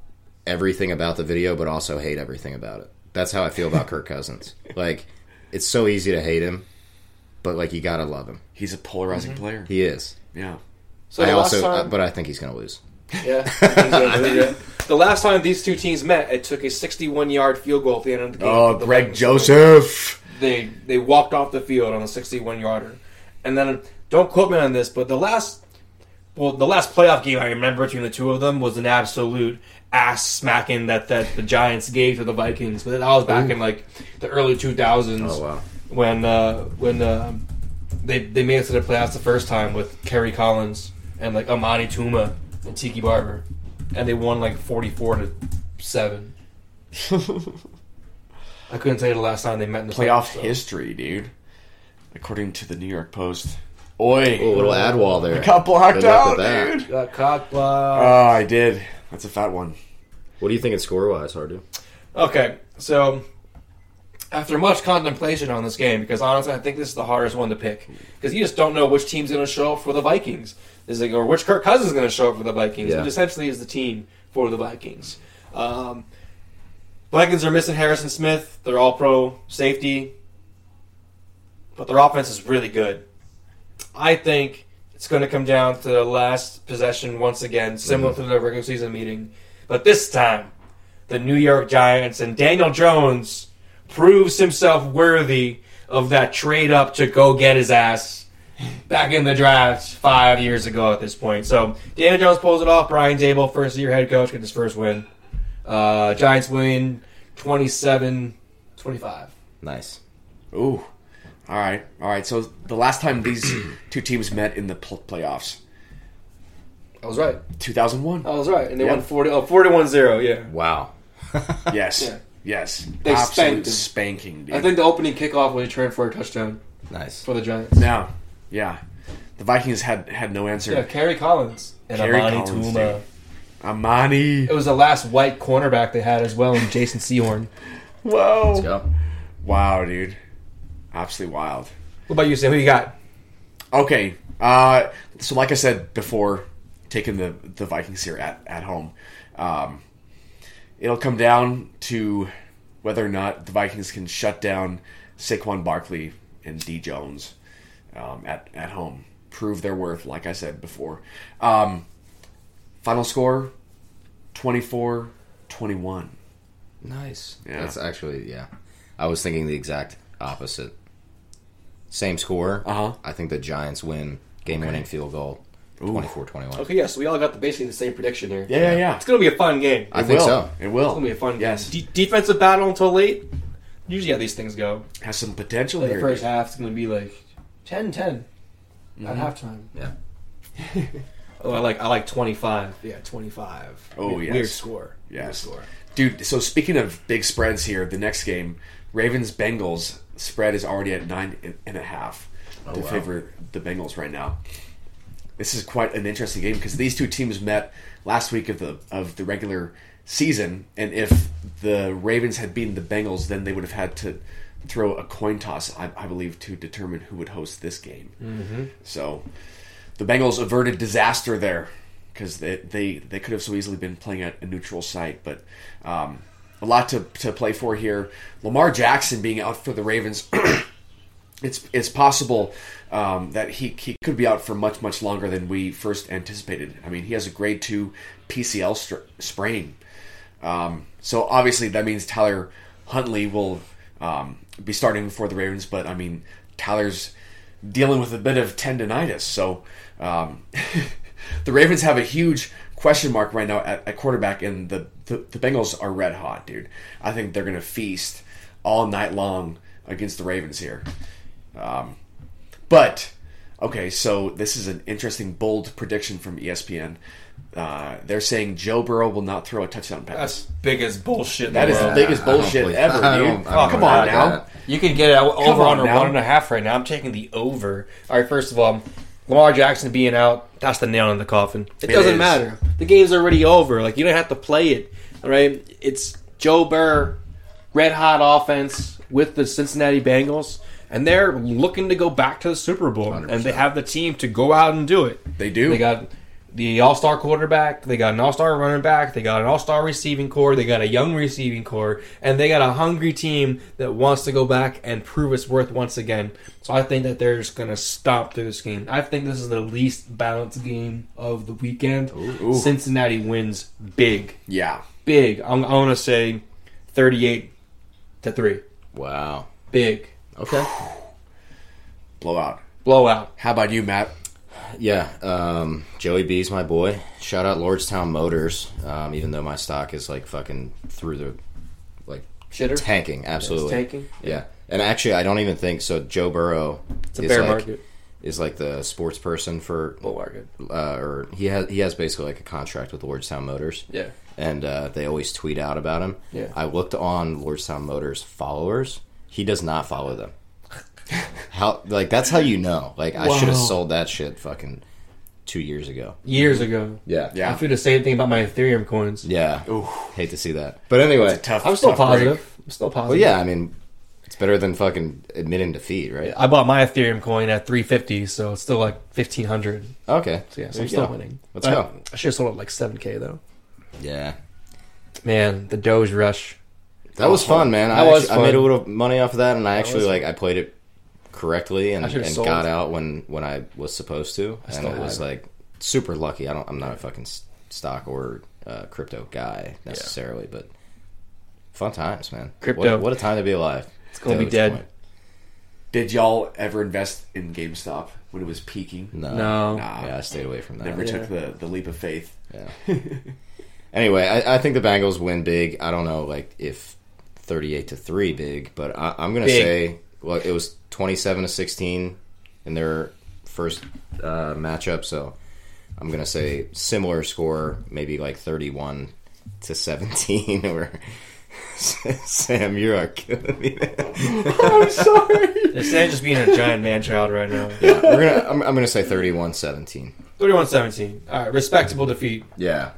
S3: everything about the video, but also hate everything about it? That's how I feel about Kirk Cousins. Like, it's so easy to hate him, but like you gotta love him.
S2: He's a polarizing
S1: Mm-hmm.
S2: player.
S3: He is.
S2: Yeah.
S1: so
S3: I
S1: the last
S3: also,
S1: time-
S3: uh, but I think he's gonna lose.
S1: Yeah. the last time these two teams met, it took a 61-yard field goal at the end of the game.
S2: Oh,
S1: for the
S2: Greg
S1: Vikings.
S2: Joseph.
S1: They they walked off the field on a 61-yarder, and then don't quote me on this, but the last well, the last playoff game I remember between the two of them was an absolute ass smacking that that the Giants gave to the Vikings. But that was back in like the early 2000s
S3: Oh wow.
S1: when uh, when uh, they they made it to the playoffs the first time with Kerry Collins and like Amani Tuma and Tiki Barber, and they won like forty four to seven. I couldn't tell you the last time they met in the
S2: Playoff
S1: so.
S2: history, dude. According to the New York Post. Oi.
S3: Oh, little ad wall there.
S2: Got blocked
S3: Good luck
S2: out,
S3: with that.
S2: dude.
S1: Got cock blocked.
S2: Oh, I did. That's a fat one.
S3: What do you think in score wise, Hardu?
S1: okay, so after much contemplation on this game, because honestly, I think this is the hardest one to pick because you just don't know which team's going to show up for the Vikings. Is it or which Kirk Cousins is going to show up for the Vikings?
S3: Yeah.
S1: Which essentially is the team for the Vikings. Um, Vikings are missing Harrison Smith. They're all pro safety, but their offense is really good. I think It's going to come down to the last possession once again, similar to the regular season meeting. But this time, the New York Giants and Daniel Jones proves himself worthy of that trade up to go get his ass back in the draft five years ago at this point. So Daniel Jones pulls it off. Brian Dable, first year head coach, gets his first win. Uh, Giants win 27 25.
S3: Nice.
S2: Ooh. All right. All right. So the last time these two teams met in the pl- playoffs,
S1: I was right.
S2: 2001.
S1: I was right. And they
S2: Yeah.
S1: won 40, oh, 41 0. Yeah.
S3: Wow.
S2: Yes.
S1: Yeah.
S2: Yes.
S1: They
S2: Absolute
S1: spanked him.
S2: spanking, dude.
S1: I think the opening kickoff was turned for a touchdown
S3: Nice.
S1: for the Giants.
S2: now, yeah. The Vikings had had no answer.
S1: Yeah, Kerry Collins and
S2: Kerry
S1: Amani
S2: Collins,
S1: Tuma.
S2: dude. Amani.
S1: It was the last white cornerback they had as well, and Jason Sehorn.
S2: Whoa.
S3: Go.
S2: Wow, dude. Absolutely wild.
S1: What about you, Sam? Who you got?
S2: Okay. Uh, so, like I said before, taking the the Vikings here at at home, um, it'll come down to whether or not the Vikings can shut down Saquon Barkley and D Jones um, at at home, prove their worth. Like I said before, um, final score 24-21.
S3: Nice.
S2: Yeah.
S3: That's actually yeah. I was thinking the exact opposite. Same score.
S2: Uh-huh.
S3: I think the Giants win game-winning field goal, 24-21.
S1: Okay, yeah, so we all got the, basically the same prediction here.
S2: Yeah, yeah, yeah.
S1: It's going to be a fun game.
S3: I
S2: It
S3: think
S2: will.
S3: so.
S2: It will.
S1: It's going to be a fun
S2: Yes.
S1: game. De- defensive battle until late. Usually how these things go.
S2: Has some potential
S1: Like
S2: here.
S1: the first half is going to be like 10 10 at
S2: Mm-hmm.
S1: halftime.
S3: Yeah.
S1: Oh, I like I like 25. Yeah, 25.
S2: Oh,
S1: Weird-
S2: yes.
S1: Weird score.
S2: Yes.
S1: Weird score.
S2: Dude, so speaking of big spreads here, the next game, Ravens Bengals spread is already at nine and- and a half to
S3: wow.
S2: favor the Bengals right now. This is quite an interesting game because these two teams met last week of the of the regular season, and if the Ravens had beaten the Bengals, then they would have had to throw a coin toss, I, I believe, to determine who would host this game. Mm-hmm. So the Bengals averted disaster there because they, they they could have so easily been playing at a neutral site, but um, a lot to, to play for here. Lamar Jackson being out for the Ravens, it's it's possible um, that he he could be out for much much longer than we first anticipated. I mean, he has a grade two PCL str- sprain, um, so obviously that means Tyler Huntley will um, be starting for the Ravens, but I mean Tyler's dealing with a bit of tendonitis, so um, the Ravens have a huge question mark right now at, at quarterback, and the, the the Bengals are red hot, dude. I think they're gonna feast all night long against the Ravens here. Um, But okay, so this is an interesting bold prediction from E ESPN. Uh, they're saying Joe Burrow will not throw a touchdown pass.
S1: That's biggest bullshit. in
S2: That
S1: the
S2: is the
S1: world.
S2: biggest
S3: I don't
S2: bullshit
S3: believe-
S2: ever,
S3: I
S2: dude.
S3: don't- I don't
S2: Come
S3: know
S2: on
S3: about
S2: now.
S3: that.
S1: You can get it at over
S2: on
S1: under
S2: now.
S1: one and a half right now. I'm taking the over. All right, first of all, Lamar Jackson being out, that's the nail in the coffin. It, doesn't
S2: is.
S1: matter. The game's already over. Like, you don't have to play it. All right? It's Joe Burr, red hot offense with the Cincinnati Bengals, and they're looking to go back to the Super Bowl. And they have the team to go out and do it.
S2: They do.
S1: They got the all star quarterback. They got an all star running back. They got an all star receiving core. They got a young receiving core. And they got a hungry team that wants to go back and prove its worth once again. So I think that they're just going to stomp through this game. I think this is the least balanced game of the weekend.
S2: ooh.
S1: Cincinnati wins big.
S2: yeah.
S1: Big. I'm, I'm going to say 38 to 3.
S3: Wow.
S1: Big.
S3: Okay.
S2: Blowout.
S1: Blowout.
S2: How about you, Matt?
S3: Yeah, um, Joey B's my boy. Shout out Lordstown Motors. Um, even though my stock is like fucking through the like
S1: Shitter.
S3: tanking, absolutely
S1: tanking.
S3: Yeah, and actually, I don't even think so. Joe Burrow
S1: a
S3: is
S1: bear
S3: like
S1: market.
S3: is like the sports person for
S1: Bull market.
S3: uh, or he has he has basically like a contract with Lordstown Motors.
S1: Yeah.
S3: and uh, they always tweet out about him.
S1: Yeah.
S3: I looked on Lordstown Motors followers. He does not follow them. how like that's how you know. Like I should have
S2: Wow.
S3: sold that shit fucking two years ago.
S1: Years ago.
S3: Yeah.
S1: I
S2: Yeah.
S1: feel the same thing about my Ethereum coins.
S3: Yeah.
S2: Ooh.
S3: Hate to see that. But anyway.
S2: Tough.
S1: I'm still
S2: tough break.
S1: positive. I'm still positive.
S3: Well, yeah, I mean, it's better than fucking admitting defeat, right?
S1: I bought my Ethereum coin at 350, so it's still like 1500.
S3: Okay.
S1: So yeah, so
S3: There
S1: I'm
S3: you
S1: still
S3: go.
S1: winning.
S3: Let's
S1: I,
S3: go.
S1: I should have sold it at like 7k though.
S3: Yeah.
S1: Man, the Doge rush.
S3: That was fun, man. I,
S1: That was
S3: actually- I
S1: fun.
S3: made a little money off of that, and I actually,
S1: was
S3: like, I played it correctly and,
S1: I should've
S3: and
S1: sold.
S3: got out when when I was supposed to, and
S1: still
S3: it was
S1: have
S3: like super lucky. I don't. I'm not a fucking s- stock or uh, crypto guy necessarily, but fun times, man.
S1: Crypto.
S3: What, what a time to be alive. It's
S1: gonna be dead.
S2: Did y'all ever invest in GameStop when it was peaking?
S3: No.
S1: No.
S2: Nah.
S3: Yeah, I stayed away from that.
S2: Never
S1: Yeah.
S2: took the, the leap of faith.
S3: Yeah. anyway, I, I think the Bengals win big. I don't know, like if thirty-eight to three big, but I, I'm gonna
S1: Big.
S3: say well, it was twenty-seven to sixteen in their first uh, matchup. So I'm gonna say similar score, maybe like thirty-one to seventeen. Or Sam, you are killing me. man.
S2: I'm sorry.
S1: Instead of just being a giant man child right now.
S3: yeah, we're gonna. I'm, I'm gonna say 31-17.
S1: 31 17. All right, respectable defeat.
S3: Yeah.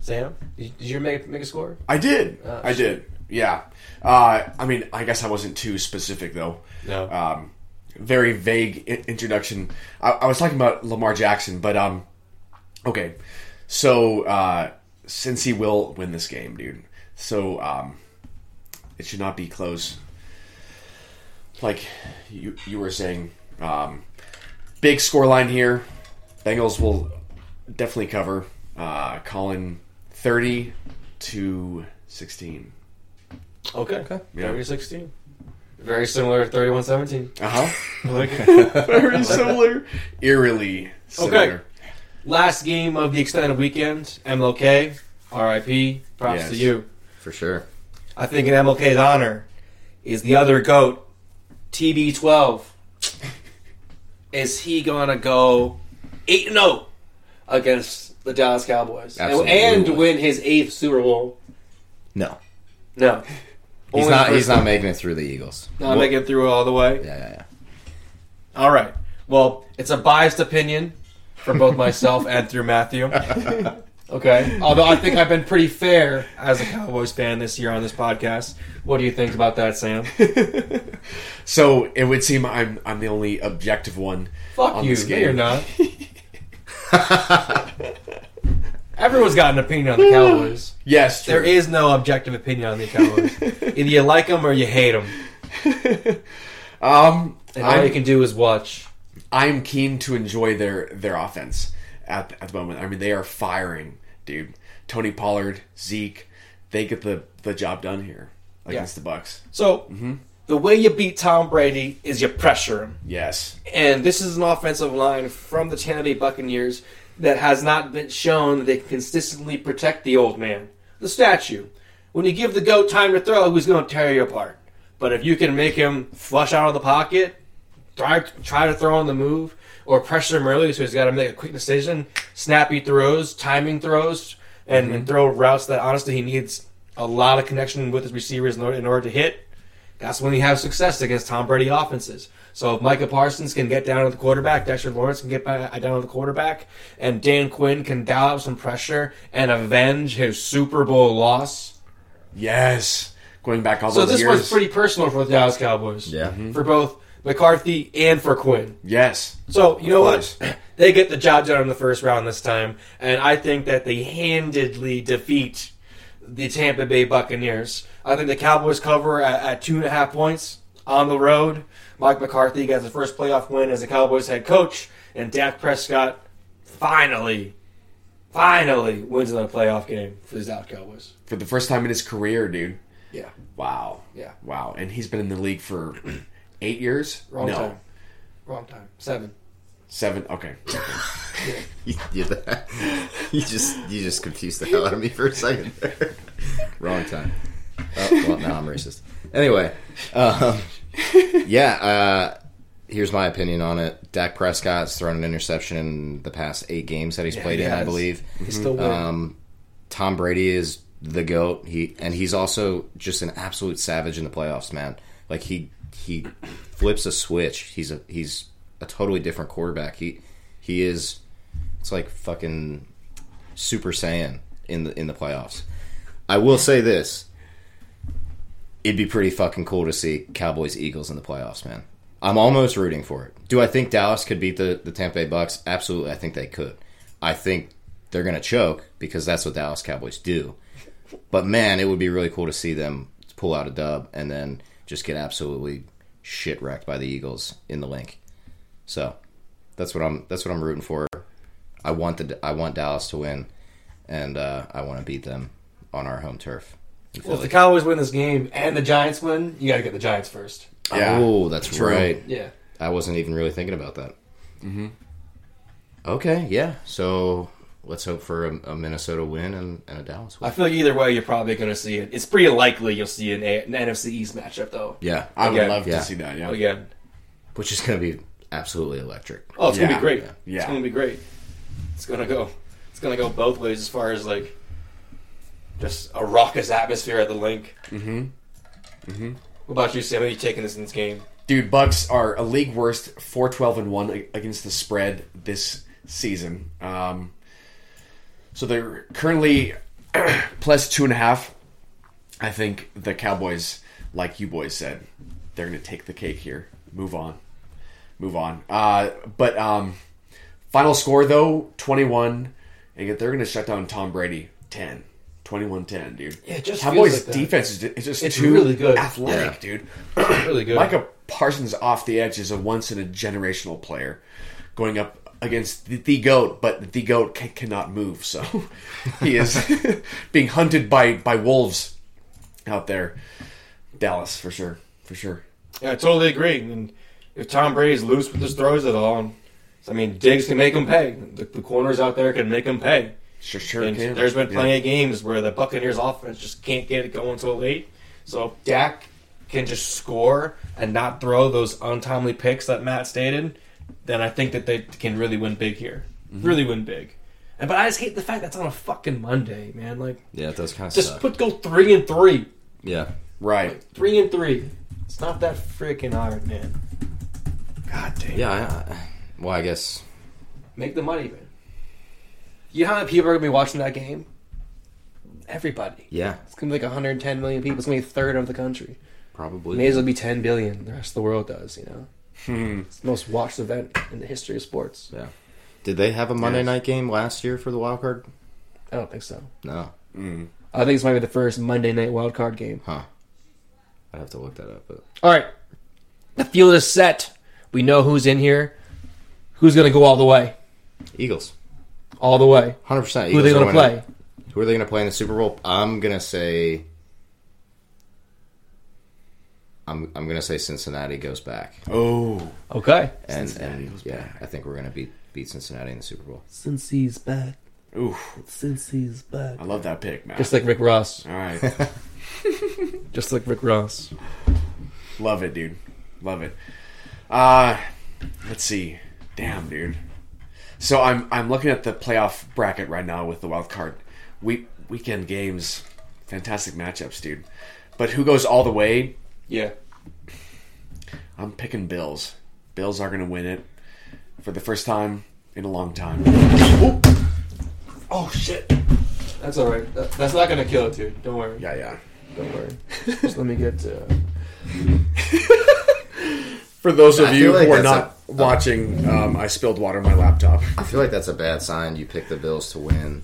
S1: Sam, did did you make, make a score?
S2: I did.
S3: Uh,
S1: Oh,
S2: I did. Yeah. Uh, I mean, I guess I wasn't too specific though.
S1: No.
S2: Um, very vague I- introduction. I-, I was talking about Lamar Jackson, but um, okay. So uh, since he will win this game, dude. So um, it should not be close. Like you you were saying, um, big scoreline here. Bengals will definitely cover. Uh, Colin thirty to sixteen.
S1: okay.
S2: Yeah.
S1: 30 16. Very similar to 31 17.
S2: Uh huh.
S1: Like-
S2: Very similar. Eerily similar.
S1: Okay. Last game of the extended weekend, MLK, RIP, props
S2: Yes.
S1: to you.
S3: For sure.
S1: I think in MLK's honor is the other GOAT, TB12. is he going to go 8 0 against the Dallas Cowboys and,
S3: Absolutely.
S1: and win his eighth Super Bowl?
S3: No,
S1: No.
S3: he's
S1: Only
S3: not.
S1: the
S3: He's
S1: first
S3: not
S1: one.
S3: making it through the Eagles.
S1: Not
S3: Well-
S1: making it through all the way.
S3: Yeah, yeah, yeah.
S1: All right. Well, it's a biased opinion from both myself and through Matthew. Okay. Although I think I've been pretty fair as a Cowboys fan this year on this podcast. What do you think about that, Sam?
S2: So it would seem I'm I'm the only objective one.
S1: Fuck
S2: On
S1: you.
S2: this
S1: No,
S2: game.
S1: you're not. Everyone's got an opinion on the Cowboys.
S2: Yes, true.
S1: There is no objective opinion on the Cowboys. Either you like them or you hate them.
S2: Um,
S1: And all you
S2: I'm,
S1: can do is watch.
S2: I'm keen to enjoy their their offense at at the moment. I mean, they are firing, dude. Tony Pollard, Zeke, they get the the job done here against the Bucks.
S1: So, the way you beat Tom Brady is you pressure him.
S2: Yes,
S1: And this is an offensive line from the Tampa Bay Buccaneers that has not been shown that they can consistently protect the old man, the statue. When you give the goat time to throw, he's going to tear you apart. But if you can make him flush out of the pocket, try, try to throw on the move, or pressure him early so he's got to make a quick decision, snappy throws, timing throws, and, and throw routes that honestly he needs a lot of connection with his receivers in order, in order to hit. That's when you have success against Tom Brady offenses. So if Micah Parsons can get down to the quarterback, Dexter Lawrence can get back, uh, down to the quarterback, and Dan Quinn can dial up some pressure and avenge his Super Bowl loss.
S2: yes. Going back all
S1: So
S2: those
S1: this
S2: years.
S1: was pretty personal for the Dallas Cowboys.
S3: Yeah. Mhm.
S1: For both McCarthy and for Quinn.
S2: yes,
S1: So you know
S2: course.
S1: what? They get the job done in the first round this time, and I think that they handedly defeat the Tampa Bay Buccaneers. I think the Cowboys cover at, at two and a half points on the road. Mike McCarthy gets his first playoff win as a Cowboys head coach, and Dak Prescott finally, finally wins in a playoff game for the Dallas Cowboys.
S2: for the first time in his career, dude.
S1: Yeah,
S2: Wow.
S1: Yeah.
S2: Wow. And he's been in the league for eight years.
S1: wrong
S2: no,
S1: time, wrong time, seven.
S2: seven. Okay.
S3: You, you, you just you just confused the hell out of me for a second. there. Wrong time. Oh, well, now I'm racist. Anyway, um, yeah. Uh, here's my opinion on it. Dak Prescott's thrown an interception in the past eight games that he's played
S1: he
S3: in, I
S1: has.
S3: believe.
S1: He's still winning.
S3: Um, Tom Brady is the goat. He and he's also just an absolute savage in the playoffs, man. Like he he flips a switch. He's a he's a totally different quarterback. He he is. It's like fucking Super Saiyan in the in the playoffs. I will say this: it'd be pretty fucking cool to see Cowboys Eagles in the playoffs, man. I'm almost rooting for it. Do I think Dallas could beat the, the Tampa Bay Bucks? Absolutely, I think they could. I think they're gonna choke because that's what Dallas Cowboys do. But man, it would be really cool to see them pull out a dub and then just get absolutely shit wrecked by the Eagles in the link. So that's what I'm that's what I'm rooting for. I want the I want Dallas to win, and uh, I want to beat them on our home turf. in
S1: Well, if the
S3: Philly.
S1: Cowboys win this game and the Giants win, you got to get the Giants first.
S2: Yeah.
S3: Oh, that's
S2: True.
S3: right.
S1: Yeah.
S3: I wasn't even really thinking about that. Mm-hmm. Okay, yeah. So let's hope for a, a Minnesota win and, and a Dallas
S1: I
S3: win.
S1: feel like either way, you're probably going to see it. It's pretty likely you'll see an, a- an NFC East matchup, though.
S3: yeah,
S2: I would
S1: Again.
S2: love
S3: Yeah.
S2: to see that. Yeah.
S1: Again.
S3: which is going to be absolutely electric.
S1: Oh, it's
S2: Yeah.
S1: gonna be great.
S2: Yeah.
S1: It's gonna be great. It's gonna go. It's gonna go both ways as far as like just a raucous atmosphere at the link. Mm-hmm. Mm-hmm. What about you, Sam? Are you taking this in this game?
S2: Dude, Bucks are a league worst, four twelve and one a- against the spread this season. Um, so they're currently plus two and a half. I think the Cowboys, like you boys said, they're going to take the cake here. Move on, move on. Uh, but um, final score though, twenty one, and yet they're going to shut down Tom Brady 10. 21-10, dude.
S1: Yeah, it just
S2: Cowboys
S1: feels like that.
S2: defense is is just
S1: It's
S2: too
S1: really good.
S2: athletic, dude.
S1: Really good.
S2: Micah Parsons off the edge is a once in a generational player going up against the, the goat, but the goat ca cannot move, so he is being hunted by by wolves out there. Dallas for sure, for sure.
S1: yeah, I totally agree. And if Tom Brady's loose with his throws at all, and, I mean, Diggs can make him pay. The, the corners out there can make him pay.
S2: Sure, sure.
S1: And
S2: can.
S1: there's been
S2: Yeah.
S1: plenty of games where the Buccaneers offense just can't get it going until late. So if Dak can just score and not throw those untimely picks that Matt stated, then I think that they can really win big here. Really win big. And but I just hate the fact that's on a fucking Monday, man. Like
S3: Yeah, it does kind of
S1: just
S3: suck.
S1: put go three and three.
S3: yeah,
S2: Right.
S1: Three and three. It's not that freaking hard, man.
S2: God damn.
S3: yeah. I, I, well, I guess
S1: Make the money, man. You know how many people are gonna be watching that game? Everybody.
S3: yeah,
S1: It's gonna be like 110 million people. It's gonna be a third of the country.
S3: probably.
S1: May as well be 10 billion. The rest of the world does, you know. It's the most watched event in the history of sports.
S3: Yeah. Did they have a Monday
S2: Yes.
S3: night game last year for the wild card?
S1: I don't think so.
S3: No,
S1: I think this might be the first Monday night wild card game.
S3: huh? I'd have to look that up. But
S1: All right, the field is set. We know who's in here. Who's going to go all the way?
S3: Eagles,
S1: All the way.
S3: hundred percent.
S1: Who are they going to play?
S3: Who are they going to play in the Super Bowl? I'm going to say. I'm, I'm going to say Cincinnati goes back,
S2: Oh.
S1: Okay.
S3: and,
S2: Cincinnati
S3: and
S2: goes
S3: yeah,
S2: back.
S3: I think we're going to beat beat Cincinnati in the Super Bowl.
S4: Since he's back,
S2: Ooh.
S4: since he's back.
S2: I love that pick, man.
S1: Just like Rick Ross.
S2: All right.
S1: Just like Rick Ross.
S2: Love it, dude. Love it. Uh let's see. Damn, dude. So I'm I'm looking at the playoff bracket right now with the wild card. We weekend games, fantastic matchups, dude. But who goes all the way?
S1: Yeah.
S2: I'm picking Bills. Bills are gonna win it for the first time in a long time. Oop. Oh shit!
S1: That's all right. That- that's not going to kill it, dude. Don't worry.
S2: Yeah, yeah.
S1: Don't worry. Just let me get to.
S2: For those
S3: I
S2: of
S3: feel
S2: you
S3: like
S2: who are not
S3: that's
S2: watching, um, I spilled water on my laptop.
S3: I feel like that's a bad sign. You pick the Bills to win,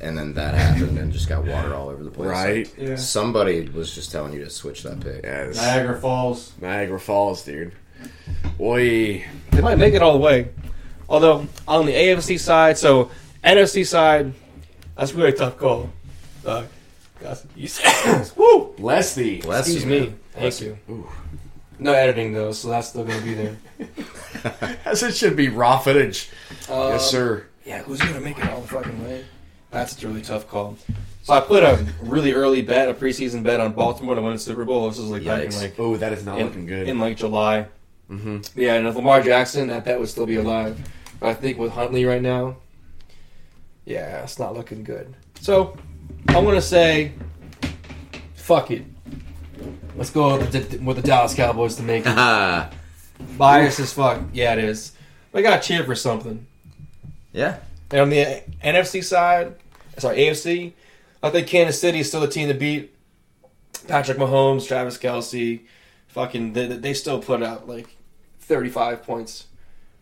S3: and then that happened, and just got water all over the place.
S2: Right?
S1: Yeah.
S3: Somebody was just telling you to switch that pick.
S2: Yes.
S1: Niagara Falls.
S2: Niagara Falls, dude. Oi.
S1: They might make it all the way. Although on the AFC side, so NFC side, that's really tough call. Uh, that's- you said- woo!
S2: Bless thee.
S3: Bless
S1: Excuse
S3: you,
S1: me.
S3: man.
S1: Thank
S3: Bless
S1: you. No editing though, so that's still gonna be there.
S2: As it should be raw footage.
S1: Uh,
S3: Um,
S2: yes, sir.
S1: Yeah, who's gonna make it all the fucking way? That's a really tough call. So I put a really early bet, a preseason bet on Baltimore to win the Super Bowl. This was like back in
S3: Yikes.
S1: like
S2: Oh, that is not looking
S1: in,
S2: good.
S1: in like July. Mm-hmm. Yeah, and if Lamar Jackson, that bet would still be alive. But I think with Huntley right now, yeah, it's not looking good. So I'm gonna say, fuck it. Let's go with the, with the Dallas Cowboys to make it.
S3: Ah,
S1: Bias as fuck. Yeah, it is. We got to cheer for something.
S3: yeah.
S1: And on the NFC side, sorry, AFC, I think Kansas City is still the team to beat. Patrick Mahomes, Travis Kelsey, fucking, they, they still put out like 35 points,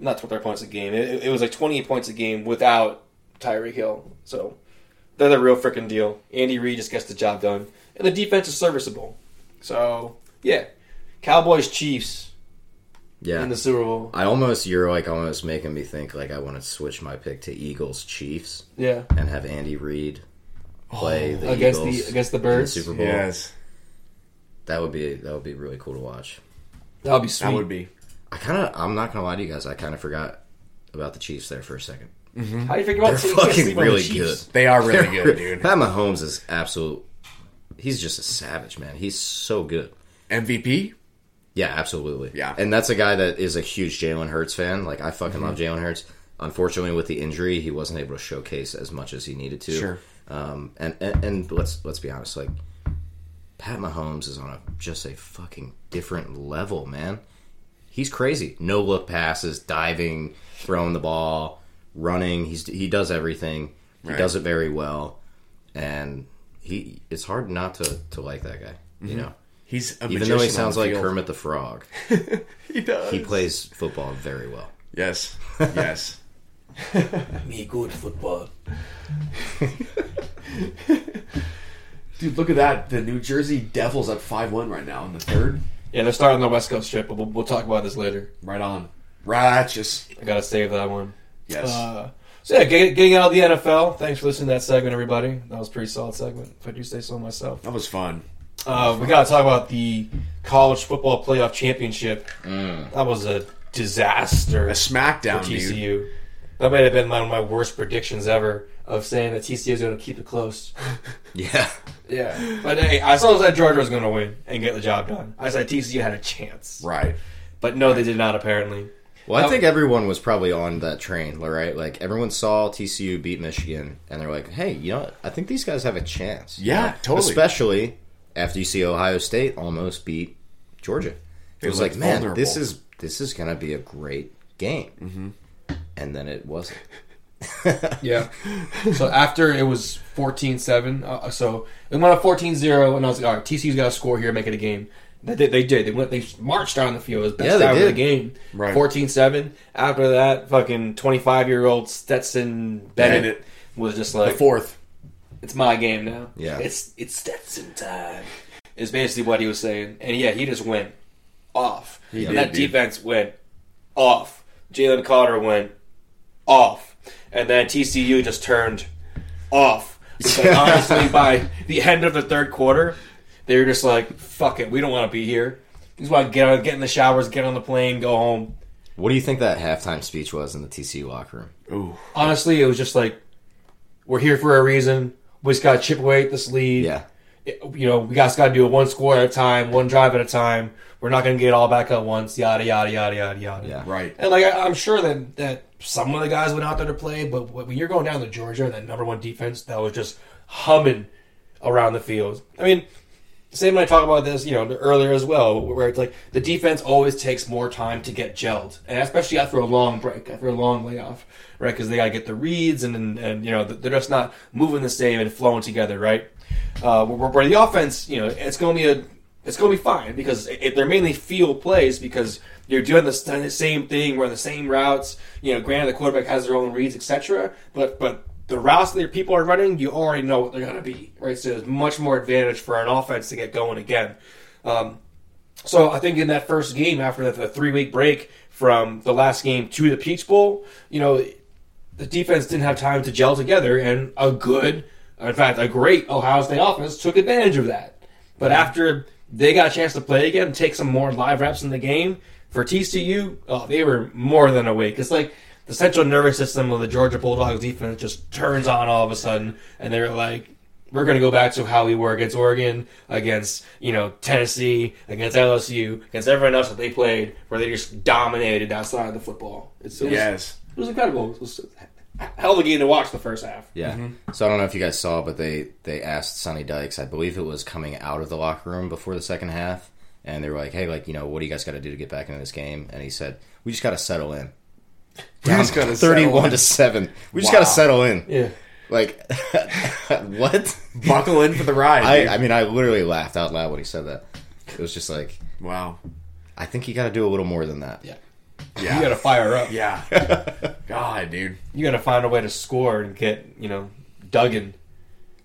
S1: not 25 points a game. It, it was like 28 points a game without Tyreek Hill. So they're the real freaking deal. Andy Reid just gets the job done. And the defense is serviceable. So, yeah, Cowboys Chiefs
S3: Yeah.
S1: in the Super Bowl.
S3: I almost you're like almost making me think like I want to switch my pick to Eagles Chiefs
S1: Yeah,
S3: and have Andy Reid play the
S1: Oh, against
S3: Eagles
S1: the against the
S3: in
S1: Birds.
S3: Super Bowl.
S2: Yes,
S3: That would be that would be really cool to watch.
S1: that would be sweet.
S2: that would be.
S3: I kind of I'm not gonna lie to you guys. I kind of forgot about the Chiefs there for a second.
S1: How do you figure about
S3: They're
S1: so you can't
S3: fucking
S1: sleep on the
S3: really
S1: Chiefs?
S2: They are really good, dude.
S3: Pat Mahomes is absolute. He's just a savage man. He's so good.
S2: MVP.
S3: Yeah, absolutely.
S2: Yeah. Mm-hmm.
S3: and that's a guy that is a huge Jalen Hurts fan. Like I fucking love Jalen Hurts. Unfortunately, with the injury, he wasn't able to showcase as much as he needed to.
S2: Sure.
S3: Um, and, and and let's let's be honest, like Pat Mahomes is on a just a fucking different level, man. He's crazy. No look passes, diving, throwing the ball, running. He's he does everything. He
S2: Right.
S3: does it very well, and he it's hard not to to like that guy. You know,
S2: He's Mm-hmm. a
S3: even though he
S2: magician on
S3: sounds
S2: the
S3: like
S2: field.
S3: Kermit the Frog,
S2: He does.
S3: he plays football very well.
S2: Yes. Yes.
S1: Me good football.
S2: Dude, look at that. The New Jersey Devils at 5 1 right now in the third.
S1: Yeah, they're starting the West Coast trip, but we'll, we'll talk about this later.
S2: Right on. Righteous.
S1: I gotta save that one.
S2: Yes.
S1: Uh, so yeah, getting, getting out of the NFL. Thanks for listening to that segment, everybody. That was a pretty solid segment, if I do say so myself.
S2: that was fun.
S1: Uh, we gotta talk about the college football playoff championship. That was a disaster for
S2: A smackdown, dude.
S1: TCU. That might have been my- one of my worst predictions ever of saying that TCU is gonna keep it close.
S3: Yeah,
S1: yeah, but hey, I still said Georgia was gonna win and get the job done. I said TCU had a chance,
S2: Right.
S1: but no, they did not. Apparently,
S3: Well, I
S1: Now-
S3: think everyone was probably on that train, right? Like everyone saw TCU beat Michigan, and they're like, "Hey, you know, what? I think these guys have a chance."
S2: Yeah, totally.
S3: Especially after you see Ohio State almost beat Georgia. It was like,
S2: looked
S3: man,
S2: vulnerable.
S3: this is this is gonna be a great game, mm-hmm. and then it wasn't.
S1: Yeah. so after it was 14 7. Uh, so they went up 14 0, and I was like, all right, TCU's got to score here, make it a game. They did. They, did. they went. They marched down the field. It was best
S3: Yeah, they
S1: time of the
S3: did.
S1: game.
S2: Right.
S1: 14 7. After that, fucking 25 year old Stetson Bennett
S2: Bennett.
S1: was just
S2: The
S1: like,
S2: fourth.
S1: it's my game now.
S3: Yeah.
S1: It's, it's Stetson time. Is basically what he was saying. And yeah, he just went off.
S2: He
S1: and
S2: did,
S1: that
S2: dude.
S1: defense went off. Jalen Carter went off. And then TCU just turned off. But honestly, by the end of the third quarter, they were just like, fuck it, we don't want to be here. We just want to get, out, get in the showers, get on the plane, go home.
S3: What do you think that halftime speech was in the TCU locker room?
S2: Ooh.
S1: Honestly, it was just like, we're here for a reason. We just got to chip away at this lead.
S3: Yeah,
S1: you know, we guys got to do it one score at a time, one drive at a time. We're not going to get it all back at once. Yada yada yada yada yada.
S3: Yeah.
S2: Right.
S1: And like I, I'm sure that that some of the guys went out there to play, but when you're going down to Georgia and that number one defense that was just humming around the field. I mean, same when I talk about this, you know, earlier as well, where it's like the defense always takes more time to get gelled, and especially after a long break, after a long layoff, right? Because they got to get the reads, and, and and you know they're just not moving the same and flowing together, right? Uh, where, where the offense, you know, it's going to be a it's going to be fine because it, it- they're mainly field plays because you're doing the st- same thing, running the same routes. You know, granted, the quarterback has their own reads, etc. But but the routes that your people are running, you already know what they're going to be, right? So there's much more advantage for an offense to get going again. Um, so I think in that first game, after the, the three week break from the last game to the Peach Bowl, you know, the defense didn't have time to gel together, and a good, in fact, a great Ohio State offense took advantage of that. But after they got a chance to play again, take some more live reps in the game for TCU, oh, they were more than awake. It's like the central nervous system of the Georgia Bulldogs defense just turns on all of a sudden, and they're like, we're going to go back to how we were against Oregon, against you know Tennessee, against LSU, against everyone else that they played, where they just dominated outside of the football. It's, it was-
S2: Yes.
S1: it was incredible. It was a hell of a game to watch the first half.
S3: Yeah. So I don't know if you guys saw, but they they asked Sonny Dykes. I believe it was coming out of the locker room before the second half, and they were like, "Hey, like you know, what do you guys got to do to get back into this game?" And he said, "We just got to settle in.
S2: We just gotta settle
S3: thirty-one
S2: in.
S3: to seven. We just
S2: Wow.
S3: got to settle in.
S1: Yeah.
S3: Like what?
S2: Buckle in for the ride.
S3: I
S2: dude.
S3: I mean, I literally laughed out loud when he said that. It was just like,
S2: wow.
S3: I think you got to do a little more than that.
S1: Yeah.
S2: Yeah.
S1: You got to fire up.
S2: yeah. God, dude.
S1: You got to find a way to score and get, you know, Duggan.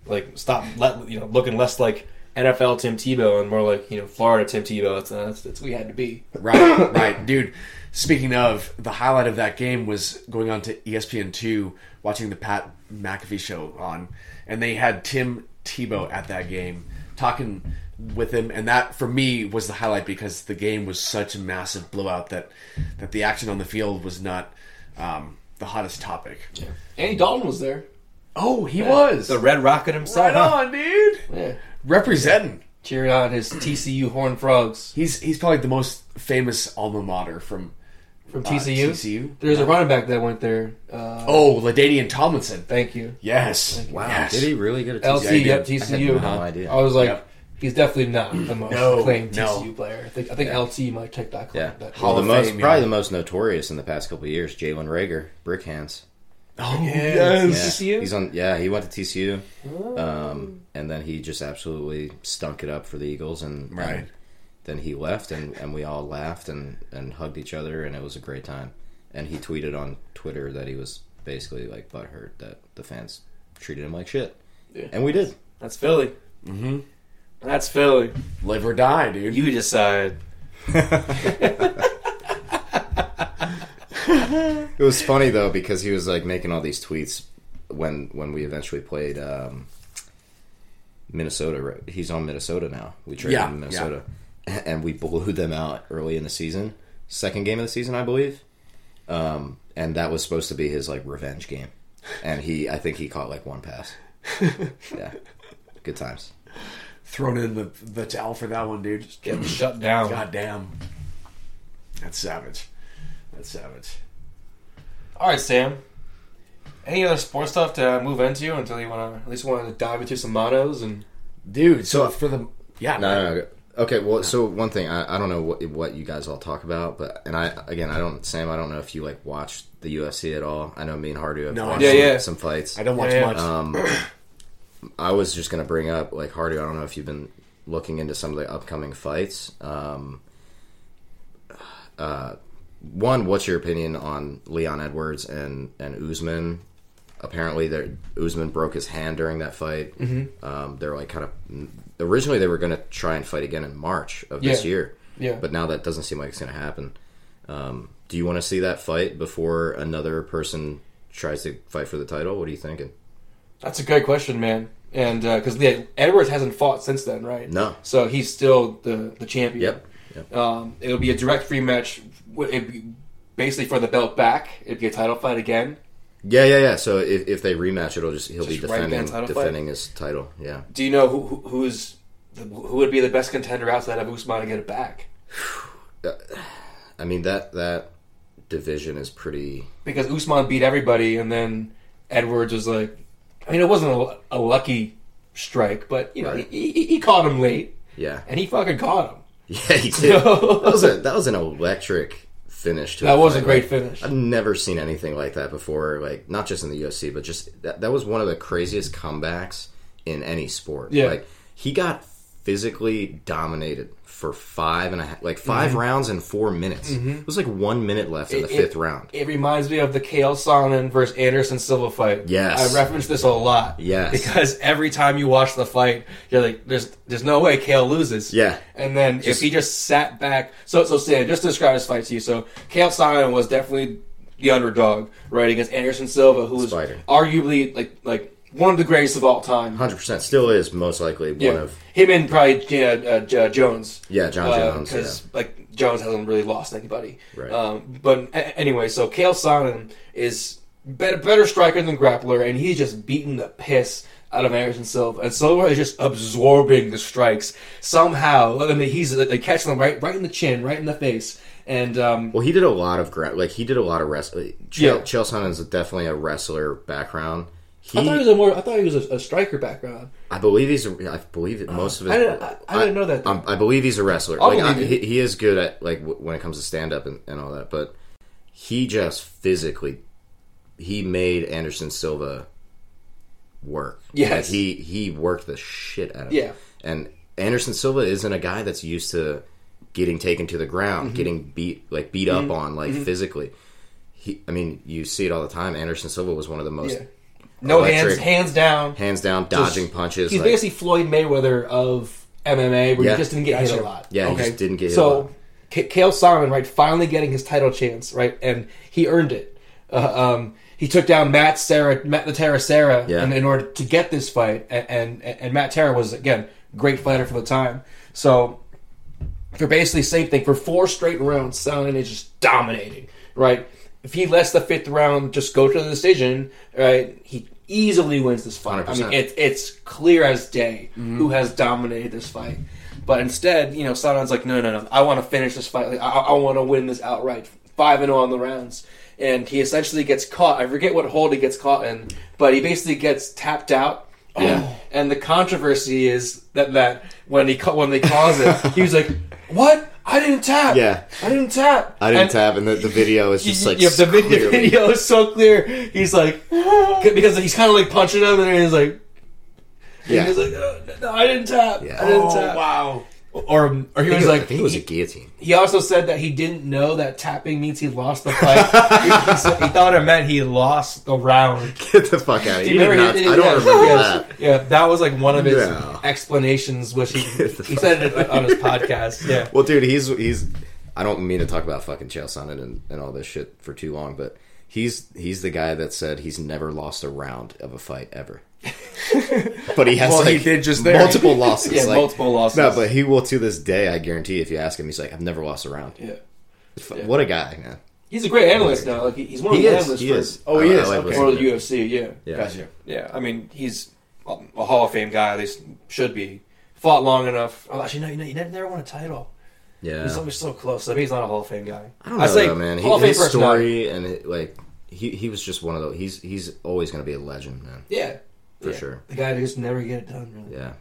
S1: Like, stop, let, you know, looking less like NFL Tim Tebow and more like you know Florida Tim Tebow. That's that's, that's what we had to be.
S2: Right, right, dude. Speaking of, the highlight of that game was going on to E ESPN two, watching the Pat McAfee show on, and they had Tim Tebow at that game talking with him, and that for me was the highlight because the game was such a massive blowout that that the action on the field was not um, the hottest topic.
S1: Andy Dalton was there.
S2: Oh, he was
S1: The Red Rocket himself.
S2: right on, dude.
S1: huh? Yeah.
S2: Representing.
S1: Cheering on his TCU Horn Frogs
S2: He's he's probably the most famous alma mater from
S1: from
S2: uh,
S1: TCU.
S2: TCU.
S1: There's a running back that went there. Uh,
S2: Oh, Ladainian Tomlinson.
S1: Thank you.
S2: Yes.
S1: you.
S2: Wow.
S3: Did he really get a TCU?
S1: LT, yep,
S3: I had no
S1: TCU.
S3: idea.
S1: I was like,
S2: Yep.
S1: he's definitely not the most
S2: No,
S1: acclaimed
S2: no.
S1: TCU player. I think, I think LT might check that claim.
S3: Yeah.
S1: That-
S3: Well, the
S2: of
S3: most,
S2: Fame,
S3: probably
S2: yeah.
S3: the most notorious in the past couple of years, Jalen Rager, brick hands.
S2: Oh
S1: yes.
S3: Yeah.
S1: TCU?
S3: He's on. Yeah, he went to TCU, um, and then he just absolutely stunk it up for the Eagles, and
S2: Right.
S3: and then he left, and, and we all laughed and, and hugged each other, and it was a great time. And he tweeted on Twitter that he was basically like butthurt that the fans treated him like shit,
S1: Yeah.
S3: and we did.
S1: That's Philly. Mm-hmm. That's Philly.
S2: Live or die, dude.
S1: You decide.
S3: It was funny though because he was like making all these tweets when when we eventually played um, Minnesota. right? He's on Minnesota now. We traded
S2: Yeah,
S3: him in Minnesota, and we blew them out early in the season. Second game of the season, I believe, um, and that was supposed to be his like revenge game. And he, I think he caught like one pass. yeah, good times.
S2: Thrown in the the towel for that one, dude.
S1: Getting shut down.
S2: God damn. That's savage. That's savage.
S1: All right, Sam. Any other sports stuff to move into until you want to at least want to dive into some mottos and
S2: Dude, so for the yeah,
S3: No, no, no. Okay, well, so one thing I, I don't know what what you guys all talk about, but and I again I don't Sam I don't know if you like watch the UFC at all. I know me and Hardu have
S2: No, I
S3: watched
S2: don't.
S3: some,
S1: Yeah, yeah.
S3: some fights.
S2: I don't watch
S1: Yeah, yeah.
S2: much.
S3: Um, I was just gonna bring up like Hardu. I don't know if you've been looking into some of the upcoming fights. Um, uh, one, what's your opinion on Leon Edwards and and Usman? Apparently, there Usman broke his hand during that fight.
S1: Mm-hmm.
S3: Um, they're like kind of originally they were going to try and fight again in March of this
S1: Yeah.
S3: year,
S1: yeah.
S3: but now that doesn't seem like it's going to happen. Um, do you want to see that fight before another person tries to fight for the title? What are you thinking?
S1: That's a great question, man. And because yeah, Edwards hasn't fought since then, right?
S3: No.
S1: So he's still the the champion.
S3: Yep. Yep.
S1: Um, it'll be a direct rematch. It'd be basically for the belt back. It'd be a title fight again.
S3: Yeah, yeah, yeah. So if, if they rematch, it'll just he'll be
S1: Just right
S3: defending
S1: then, title fight.
S3: defending his title. Yeah.
S1: Do you know who, who who's the, who would be the best contender outside of Usman to get it back?
S3: I mean that that division is pretty.
S1: Because Usman beat everybody, and then Edwards was like, I mean, it wasn't a, a lucky strike, but you know,
S3: Right.
S1: he, he, he caught him late,
S3: Yeah.
S1: and he fucking caught him.
S3: Yeah, he did. that was a that was an electric finish to
S1: That
S3: a
S1: was a
S3: fight.
S1: great
S3: Like,
S1: finish.
S3: I've never seen anything like that before. Like not just in the UFC, but just that, that was one of the craziest comebacks in any sport.
S1: Yeah.
S3: Like he got physically dominated for five and a half, like 5 rounds and four minutes. It was like one minute left in the
S1: Mm-hmm. It-
S3: fifth round.
S1: It reminds me of the Kale Sonnen versus Anderson Silva fight.
S3: Yes.
S1: I reference this a lot.
S3: Yes.
S1: Because every time you watch the fight, you're like, there's there's no way Kale loses.
S3: Yeah.
S1: And then if he just sat back so so Sam, just to describe this fight to you. So Kale Sonnen was definitely the underdog, right, against Anderson Silva, who was
S3: Spider.
S1: arguably like like one of the greatest of all time.
S3: Hundred percent, still is most likely one of
S1: Him and probably yeah, uh, J- Jones.
S3: yeah John Jones. Yeah.
S1: because like Jones hasn't really lost anybody.
S3: Right.
S1: Um, but a- anyway, so Kale Sonnen is better, better striker than grappler, and he's just beating the piss out of Anderson Silva, and Silva is just absorbing the strikes somehow. I mean, he's they catch them right, right in the chin, right in the face, and um,
S3: Well, he did a lot of gra- like he did a lot of wrestling. Ch- yeah.
S1: Yeah.
S3: Chael Sonnen's definitely a wrestler background. He,
S1: I thought he was a more, I thought he was a, a striker background.
S3: I believe he's. A, I believe that most of his.
S1: I didn't- I- I didn't know that.
S3: I'm- I, believe he's a wrestler.
S1: I'll
S3: like I,
S1: believe
S3: he, he is good at like w- when it comes to stand up and, and all that. But he just physically, he made Anderson Silva work.
S1: Yes.
S3: Like, he he worked the shit out of
S1: Yeah.
S3: him. And Anderson Silva isn't a guy that's used to getting taken to the
S1: Mm-hmm.
S3: ground, getting beat like beat up on like physically. He, I mean, you see it all the time. Anderson Silva was one of the most
S1: Yeah. No hands,
S3: Electric.
S1: hands down.
S3: hands down dodging punches.
S1: He's
S3: like-
S1: basically Floyd Mayweather of MMA where
S3: Yeah.
S1: he just didn't get
S2: Gotcha.
S1: hit a lot.
S3: Yeah, he
S1: okay?
S3: just didn't get hit a lot.
S1: So K- Kale Simon, right, finally getting his title chance, right, and he earned it. Uh, um, he took down Matt Sarah, Matt the Terra Sarah,
S3: Yeah.
S1: in, in order to get this fight, and and, and Matt Terra was again great fighter for the time. So for basically the same thing for four straight rounds, Simon is just dominating, right? If he lets the fifth round just go to the decision, right, he easily wins this fight. I mean,
S3: 100%.
S1: it, it's clear as day
S3: Mm-hmm.
S1: who has dominated this fight. But instead, you know, Simon's like, no, no, no, I want to finish this fight. Like, I, I want to win this outright, five and zero on the rounds. And he essentially gets caught. I forget what hold he gets caught in, but he basically gets tapped out. Oh.
S3: Yeah.
S1: And the controversy is that that when he ca- when they calls it, he was like, "What? I didn't tap.
S3: Yeah.
S1: I didn't tap.
S3: I didn't
S1: And
S3: tap, and the, the video is
S1: You,
S3: just like
S1: you have the vid- the
S3: clearly-
S1: video is so clear. He's like, because he's kind of like punching him, and he's like,
S3: Yeah.
S1: he's like, "Uh, no, I didn't tap.
S3: Yeah.
S1: I didn't
S2: Oh
S1: tap.
S2: wow!
S1: Or or he
S3: I
S1: was
S3: think-
S1: like,
S3: I think it was a guillotine.
S1: he also said that he didn't know that tapping means he lost the fight. he, he said- he thought it meant he lost the round.
S3: Get the fuck out of
S1: Do you
S3: here! You did
S1: remember
S3: not,
S1: he
S3: I
S1: did-
S3: don't
S1: yeah,
S3: remember
S1: yes.
S3: that.
S1: Yeah, that was like one of his
S3: No.
S1: explanations, which he,
S3: the
S1: he
S3: fuck
S1: said it on his podcast. Yeah.
S3: Well, dude, he's he's. I don't mean to talk about fucking Chael Sonnen and, and all this shit for too long, but he's he's the guy that said he's never lost a round of a fight ever. but he has
S2: Well, he
S3: like
S2: did just there.
S3: multiple losses.
S1: Yeah,
S3: like-
S1: multiple losses.
S3: No, but he will to this day. I guarantee. If you ask him, he's like, "I've never lost a round."
S1: Yeah.
S3: F- What a guy, man!
S1: He's a great analyst now. Like he- he's one of
S3: He
S1: the
S3: is.
S1: analysts
S3: He
S1: for,
S3: is.
S2: Oh, he is, okay.
S3: listening
S1: for
S3: to
S1: the
S3: him.
S1: UFC. Yeah.
S3: Yeah.
S2: Gotcha.
S1: Yeah. I mean, he's a, a Hall of Fame guy. At least should be. Fought long enough. Oh, actually, no, you know, he never, never won a title.
S3: Yeah.
S1: He's always so close. I mean, he's not a Hall of Fame guy.
S3: I don't know,
S1: say
S3: though, man. He,
S1: Hall of Fame
S3: his
S1: personality.
S3: story and it, like he he was just one of those. He's he's always going to be a legend, man,
S1: Yeah.
S3: for
S1: Yeah.
S3: sure.
S1: The guy that just never get it done. Really.
S3: Yeah. Which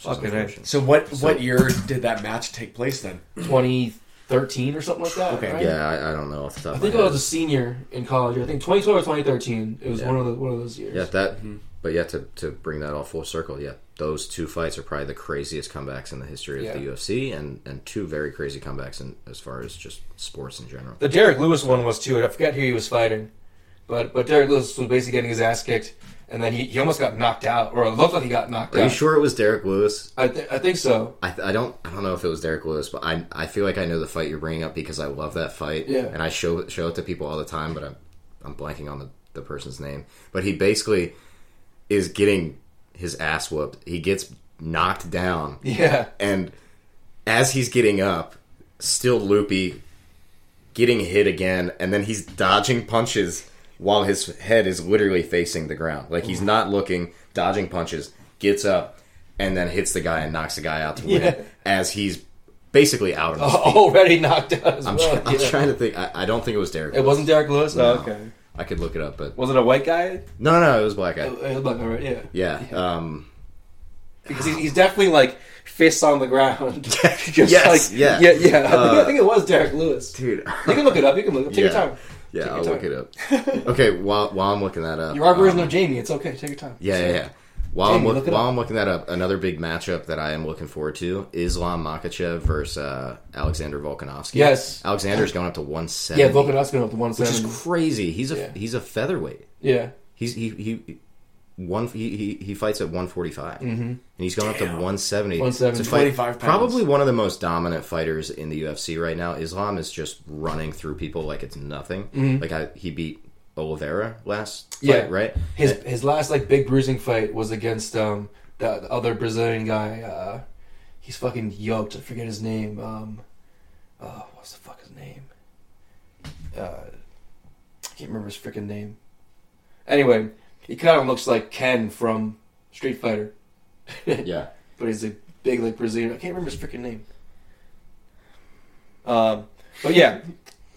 S3: is
S5: Fucking A.
S3: unfortunate.
S2: So what what year did that match take place then?
S1: 2013 or something like that.
S2: Okay.
S1: right?
S3: Yeah, I, I don't know off the top.
S1: I
S3: of
S1: think
S3: my
S1: I was
S3: head.
S1: a senior in college. I think 2012 or 2013. It was
S3: Yeah.
S1: one of the, Mm-hmm. one of those years.
S3: Yeah, that. But yeah, to to bring that all full circle, yeah, those two fights are probably the craziest comebacks in the history of
S1: Yeah.
S3: the UFC, and and two very crazy comebacks in as far as just sports in general.
S1: The Derek Lewis one was too. and I forget who he was fighting, but but Derek Lewis was basically getting his ass kicked, and then he, he almost got knocked out, or it looked like he got knocked
S3: Are
S1: out.
S3: you sure it was Derek Lewis?
S1: I, th- I think so.
S3: I, I don't I don't know if it was Derek Lewis, but I I feel like I know the fight you're bringing up because I love that fight,
S1: Yeah.
S3: and I show it- show it to people all the time, but I'm I'm blanking on the the person's name. But he basically is getting his ass whooped. He gets knocked down,
S1: Yeah,
S3: and as he's getting up, still loopy, getting hit again, and then he's dodging punches while his head is literally facing the ground. Like he's not looking, dodging punches, gets up, and then hits the guy and knocks the guy out to win
S1: Yeah.
S3: as he's basically out of his feet.
S1: already knocked out as
S3: I'm,
S1: well.
S3: try- I'm
S1: yeah.
S3: trying to think. I, I don't think it was Derek.
S1: It wasn't Derek Lewis. Oh,
S3: No.
S1: okay.
S3: I could look it up, but
S1: Was it a white guy?
S3: no, no, it was a black
S1: It
S3: guy.
S1: was like, all right, yeah.
S3: Yeah, um,
S1: because he's, he's definitely like fists on the ground. Just
S3: Yes, yeah.
S1: yeah, yeah. I, think, I
S3: Uh,
S1: think it was Derek Lewis.
S3: dude.
S1: You can look it up. You can look it up. Take
S3: Yeah.
S1: your time.
S3: Yeah,
S1: Take your
S3: I'll look
S1: time.
S3: it up. Okay, while while I'm looking that up,
S1: You're our version
S3: um,
S1: of Jamie. It's okay. Take your time.
S3: Yeah, yeah, yeah. While,
S1: Jamie,
S3: I'm, look,
S1: look it
S3: while
S1: up.
S3: I'm looking that up, another big matchup that I am looking forward to: Islam Makachev versus uh, Alexander Volkanovski.
S1: Yes.
S3: Alexander's going up to 170.
S1: Yeah, Volkanovski went up to one
S3: which is
S1: seven.
S3: crazy. He's a
S1: Yeah.
S3: he's a featherweight.
S1: Yeah,
S3: He's he he one he he, he fights at 145, mm-hmm. and he's going up to 170.
S1: 170.
S3: To fight
S2: 25 pounds.
S3: Probably one of the most dominant fighters in the UFC right now. Islam is just running through people like it's nothing. Like I, he beat Oliveira last fight,
S1: Mm-hmm. Yeah.
S3: right?
S1: his his last like big bruising fight was against um the, the other Brazilian guy. Uh, he's fucking yoked. I forget his name. Um, uh, what's the fuck his name? Uh, I can't remember his freaking name. Anyway, he kind of looks like Ken from Street Fighter,
S3: Yeah.
S1: but he's a big like Brazilian. I can't remember his freaking name. Um, but yeah,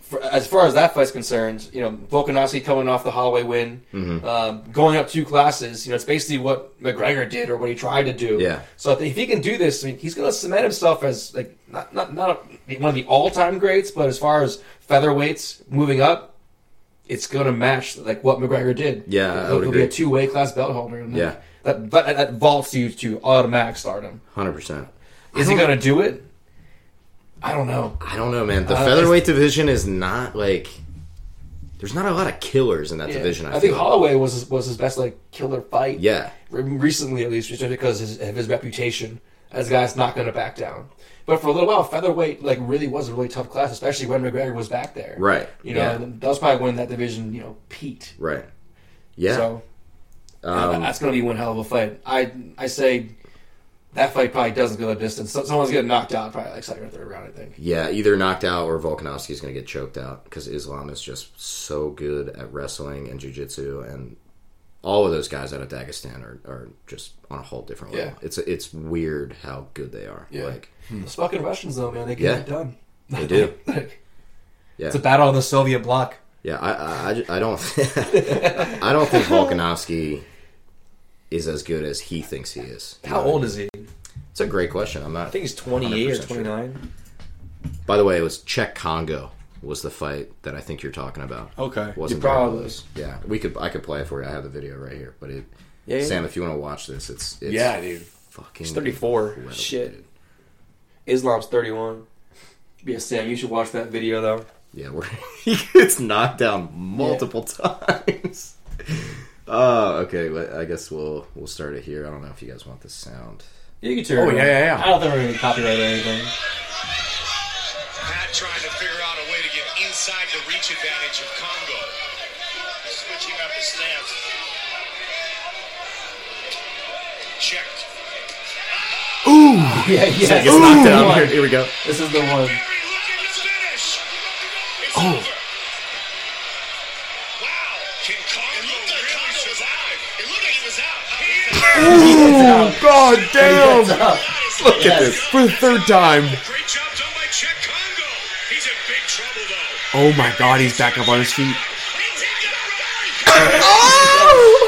S1: for, as far as that fight's concerned, you know Volkanovski coming off the hallway win,
S3: Mhm.
S1: um, going up two classes. You know, it's basically what McGregor did or what he tried to do.
S3: Yeah.
S1: So if he can do this, I mean, he's going to cement himself as like not not not a, one of the all time greats, but as far as featherweights moving up, it's going to match like what McGregor did.
S3: Yeah, I
S1: he'll,
S3: would
S1: he'll be
S3: agree.
S1: a two way class belt holder. And
S3: Yeah.
S1: That, that that vaults you to automatic stardom.
S3: Hundred percent.
S1: Is he going to do it? I don't know.
S3: I don't know, man. The
S1: Uh,
S3: featherweight division is not like there's not a lot of killers in that
S1: Yeah.
S3: division. I,
S1: think
S3: feel.
S1: Holloway was his, was his best like killer fight.
S3: Yeah,
S1: Re- recently at least, just because his, of his reputation
S6: as a guy that's not going to back down. But for a little while, featherweight like really was a really tough class, especially when McGregor was back there.
S3: Right.
S6: You know,
S3: Yeah.
S6: and that was probably when that division you know peaked.
S3: Right. Yeah.
S6: So yeah,
S3: um,
S6: that's going to be one hell of a fight. I I say that fight probably doesn't go the distance. So, someone's getting knocked out probably like second or third round. I think.
S3: yeah, either knocked out or Volkanovski's going to get choked out because Islam is just so good at wrestling and jiu-jitsu and all of those guys out of Dagestan are, are just on a whole different level.
S6: Yeah.
S3: It's it's weird how good they are.
S6: Yeah.
S3: Like
S6: Those fucking Russians though, man, they get
S3: Hmm. Yeah.
S6: it done.
S3: they do. Yeah.
S1: It's a battle on the Soviet bloc.
S3: Yeah, I, I, I ju- I don't, I don't think Volkanovski is as good as he thinks he is.
S1: How old is he?
S3: It's a great question. I'm
S1: I
S3: not.
S1: think he's 28 or
S3: 100% sure.
S1: 29.
S3: By the way, it was Czech Congo was the fight that I think you're talking about.
S1: Okay.
S3: wasn't
S6: You
S3: very
S6: probably-
S3: close. Yeah, we could. I could play it for you. I have the video right here. But it,
S1: yeah.
S3: Sam, if you want to watch this, it's, it's
S2: yeah, dude.
S3: fucking
S1: He's 34.
S3: incredible,
S6: Shit.
S3: dude.
S1: Islam's 31. Yeah, Sam, you should watch that video though.
S3: Yeah, where he gets knocked down multiple times. Oh, okay. Well, I guess we'll we'll start it here. I don't know if you guys want the sound.
S1: You can turn.
S2: Oh,
S1: it
S2: yeah,
S1: on.
S2: yeah, yeah.
S1: I don't think we're gonna copyright or anything.
S7: Pat trying to figure out a way to get inside the reach advantage of Congo. Switching up his stance. Checked.
S6: Yeah, yeah.
S3: He gets knocked down. Here, here we go.
S6: This is the one.
S7: Barry looking to finish. It's over. Wow. Can Congo really survive? It looked like he was out. He
S2: Oh, God damn!
S7: Look
S3: at this.
S2: For the third time.
S7: Great job done by Czech Congo. He's in big trouble though.
S2: Oh my god, he's back up on his feet.
S7: He's in the
S2: Oh!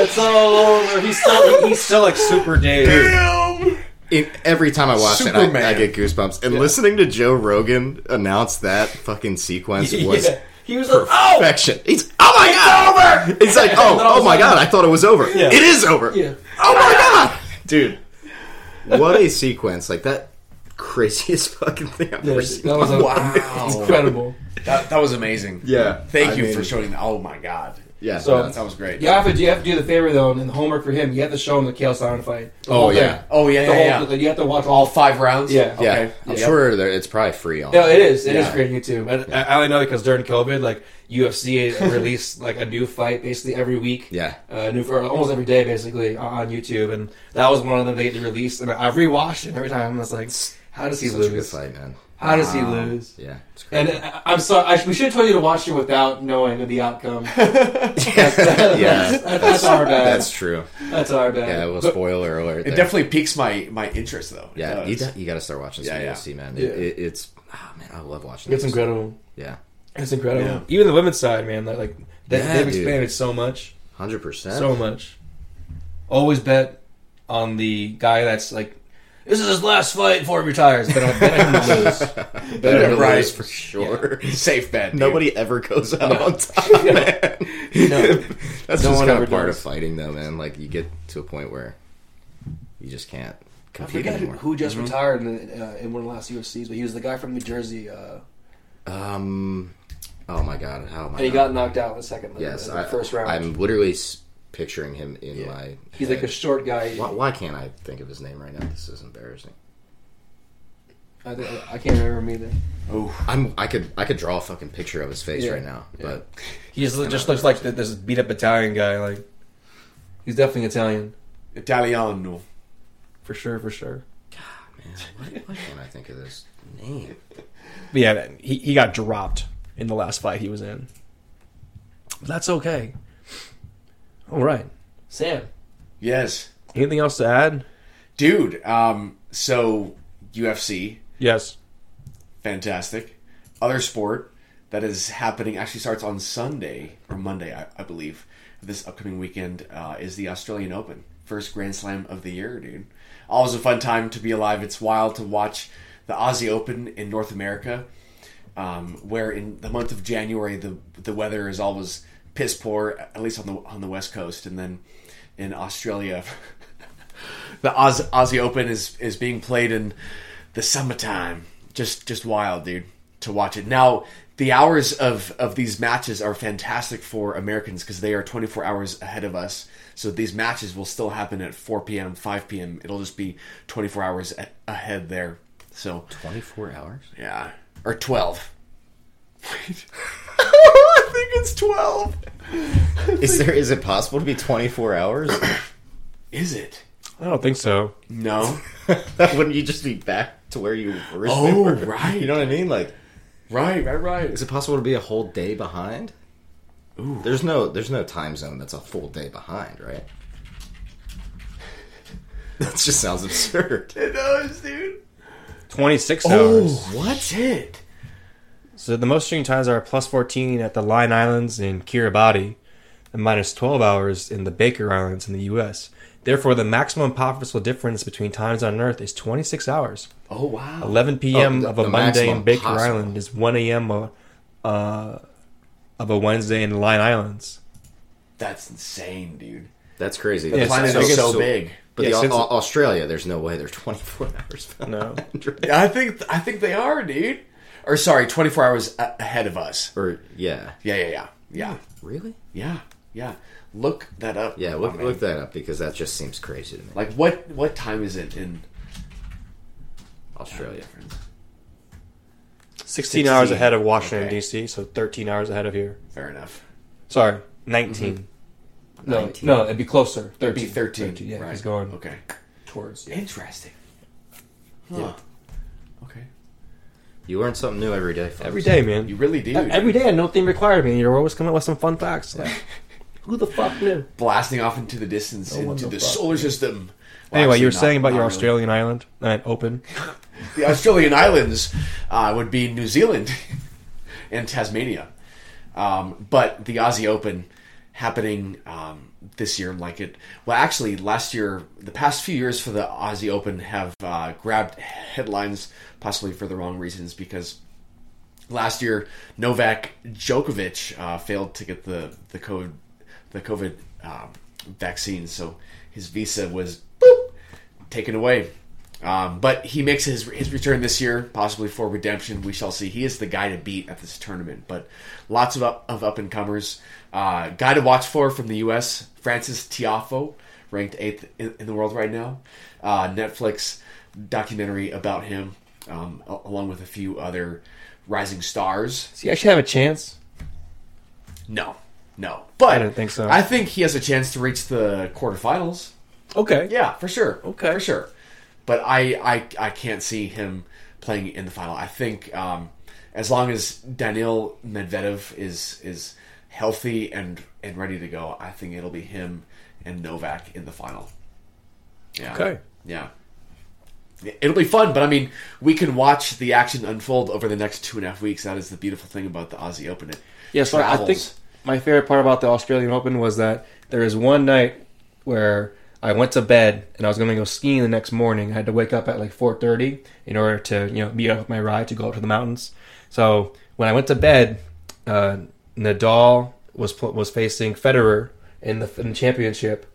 S1: It's all over. He's still he's still like super dazed.
S3: In, every time I watch it,
S2: Superman.
S3: I, I get goosebumps. And listening to Joe Rogan announce that fucking sequence was
S1: yeah. He was like, oh,
S3: perfection. It's oh my god, it's over. It's like
S1: And then
S3: oh
S1: all
S3: oh
S1: of a
S3: my
S1: sudden-
S3: god, I thought it was over.
S1: Yeah.
S3: It is over.
S6: Yeah.
S3: Oh my god, dude, what a sequence! Like that craziest fucking thing I've ever seen.
S6: That was a,
S2: Wow.
S6: incredible.
S2: That, that was amazing.
S3: Yeah,
S2: Thank
S3: I
S2: you
S3: mean,
S2: for showing that. Oh my god.
S3: Yeah,
S6: So-
S3: that's-
S2: That was great.
S6: You have to. You have to do the favor though, and the homework for him. You have to show him the Chaos Iron fight. The
S3: Oh,
S6: whole
S3: yeah.
S6: thing.
S2: Oh yeah,
S6: The whole,
S2: yeah, yeah.
S6: You have to watch
S2: All
S6: all.
S2: Oh, five rounds.
S6: Yeah.
S3: yeah.
S2: Okay.
S3: I'm
S6: Yeah.
S3: sure there, it's probably free on.
S6: No, it is. It is
S2: Yeah.
S6: free on YouTube.
S1: And I I only know because during COVID, like UFC released like a new fight basically every week.
S3: Yeah.
S6: Uh, new for almost every day, basically on on YouTube, and that was one of them they released, and I rewatched it every time. I was like, "How does he
S3: Such a good
S6: lose?
S3: fight, man.
S6: How does he lose?"
S3: Yeah, it's
S6: And
S3: crazy.
S6: I, I'm sorry, I, we should have told you to watch it without knowing the outcome.
S3: yeah,
S6: That's, that's our
S1: uh,
S6: bad.
S3: that's
S6: That's,
S3: true.
S6: our bad.
S3: Yeah, it was spoiler alert.
S2: It
S3: there.
S2: definitely piques my my interest though. It
S3: Yeah,
S2: does.
S3: you, de- you got to start watching some
S2: Yeah, yeah.
S3: UFC, man. It,
S6: Yeah.
S3: it, it's ah man, I love watching.
S6: It's
S3: those.
S6: incredible.
S3: Yeah,
S6: It's incredible.
S2: Yeah.
S1: Even the women's side, man, like, like they,
S3: Yeah,
S1: they've
S3: dude.
S1: expanded so much,
S3: hundred percent.
S1: so much. Always bet on the guy that's like, this is his last fight before he retires. Bet on, bet on him to lose.
S3: better
S2: Right.
S3: lose for sure.
S2: Safe bet. dude.
S3: Nobody ever goes out on top, man. That's just
S6: No one
S3: kind
S6: ever
S3: of part
S6: does.
S3: of fighting, though, man. Like you get to a point where you just can't
S6: I
S3: compete
S6: forget who,
S3: anymore.
S6: who
S1: Mm-hmm.
S6: just retired in, uh, in one of the last UFCs, but he was the guy from New Jersey, uh,
S3: Um. Oh my god, how am I?
S6: and he
S3: not-
S6: got knocked out in the second, like,
S3: yes,
S6: in the
S3: I,
S6: first round.
S3: I'm literally s- picturing him in my.
S6: He's like a
S3: head.
S6: short guy.
S3: why, why can't I think of his name right now? This is embarrassing.
S6: I, think, I can't remember him either.
S3: I'm. I could. I could draw a fucking picture of his face right now, but
S1: He just, just looks like th- this beat up Italian guy. Like
S6: He's definitely Italian,
S2: Italiano.
S1: for sure, for sure.
S3: Man, why, why can't I think of this name?
S1: But yeah, man, he, he got dropped in the last fight he was in. But that's okay. All right.
S6: Sam.
S2: Yes,
S1: Anything else to add?
S2: dude. Um. So UFC,
S1: Yes.
S2: fantastic. Other sport that is happening actually starts on Sunday or Monday, I, I believe. This upcoming weekend uh, is the Australian Open, first Grand Slam of the year, dude. Always a fun time to be alive. It's wild to watch the Aussie Open in North America, um, where in the month of January the the weather is always piss poor, at least on the on the West Coast, and then in Australia. the Oz, Aussie Open is is being played in the summertime. Just just wild, dude. to watch it. Now, the hours of, of these matches are fantastic for Americans because they are 24 hours ahead of us. So these matches will still happen at 4 p.m., 5 p.m. It'll just be 24 hours a- ahead there. So,
S3: 24 hours?
S2: yeah. Or 12. Wait. I think it's 12.
S3: Is there is it possible to be 24 hours?
S2: Is it?
S6: I don't think so.
S2: No.
S3: that wouldn't you just be back to where you originally
S2: Oh,
S3: were?
S2: right.
S3: You know what I mean? Like
S2: right, right, right.
S3: is it possible to be a whole day behind?
S2: Ooh.
S3: There's no there's no time zone that's a full day behind, right? That just sounds absurd.
S2: It does, dude.
S6: 26 hours.
S2: Oh, what's it?
S6: So the most stream times are plus 14 at the Line Islands in Kiribati and minus 12 hours in the Baker Islands in the US. Therefore, the maximum possible difference between times on Earth is 26 hours.
S2: Oh, wow.
S6: 11 p.m.
S3: Oh, the-
S6: of a
S3: the
S6: Monday
S3: maximum
S6: in Baker
S3: possible.
S6: Island is 1 a.m. of, uh, of a Wednesday in Line Islands.
S2: That's insane, dude.
S3: That's crazy.
S2: The
S6: Yeah,
S2: planet
S6: so-
S2: is
S6: so-
S2: so big. oh,
S3: But
S6: Yeah,
S3: the,
S6: since-
S3: Au- Au- Australia, there's no way they're 24 hours. Behind,
S6: No.
S3: right?
S2: I think I think they are, dude. Or sorry, 24 hours a- ahead of us.
S3: Or yeah,
S2: Yeah, yeah, yeah. Yeah.
S3: really?
S2: Yeah. Yeah. Look that up.
S3: Yeah,
S2: my
S3: look,
S2: man.
S3: look that up because that just seems crazy to me.
S2: Like what what time is it in
S3: Australia.
S6: 16, hours
S2: 16.
S6: ahead of Washington,
S2: Okay.
S6: D.C., so 13 hours ahead of here. Mm-hmm.
S2: Fair enough.
S6: Sorry, 19.
S1: No,
S3: 19.
S1: no, it'd be closer. 13.
S2: 13, 13,
S1: yeah,
S2: right.
S1: he's going
S2: Okay.
S1: towards. Yeah.
S2: Interesting. Huh. Okay.
S3: You learn something new every day. folks.
S6: Every day, man.
S2: You really do.
S6: Every day, a no theme required, man. You're always coming up with some fun facts. Like, who the fuck knew?
S2: Blasting off into the distance, into the, solar system. Well,
S6: Anyway,
S2: actually,
S6: you were
S2: not-
S6: saying about
S2: not
S6: your
S2: really.
S6: Australian island and open.
S2: The Australian islands uh, would be New Zealand and Tasmania. Um, but the Aussie Open happening um, this year, like it, well, actually, last year, the past few years for the Aussie Open have uh, grabbed headlines, possibly for the wrong reasons, because last year Novak Djokovic uh, failed to get the the COVID the COVID um, vaccine, so his visa was boop, taken away. Um, but he makes his his return this year, possibly for redemption. We shall see. He is the guy to beat at this tournament. But lots of up of up and comers. Uh, guy to watch for from the U.S. Francis Tiafo, ranked eighth in, in the world right now. Uh, Netflix documentary about him, um, a- along with a few other rising stars.
S6: Does he actually have a chance?
S2: No, no. But
S6: I didn't think so.
S2: I think he has a chance to reach the quarterfinals.
S6: Okay.
S2: Yeah, for sure.
S6: Okay.
S2: for sure. But I, I, I can't see him playing in the final. I think um, as long as Daniil Medvedev is is healthy and and ready to go, I think it'll be him and Novak in the final. Yeah.
S6: Okay.
S2: Yeah. It'll be fun, but I mean, we can watch the action unfold over the next two and a half weeks. That is the beautiful thing about the Aussie Open. It
S6: Yes, yeah, so I think
S2: travels.
S6: my favorite part about the Australian Open was that there is one night where I went to bed and I was going to go skiing the next morning. I had to wake up at like 4:30 in order to, you know, meet up with my ride to go up to the mountains. So, when I went to bed, uh, Nadal was pl- was facing Federer in the, in the championship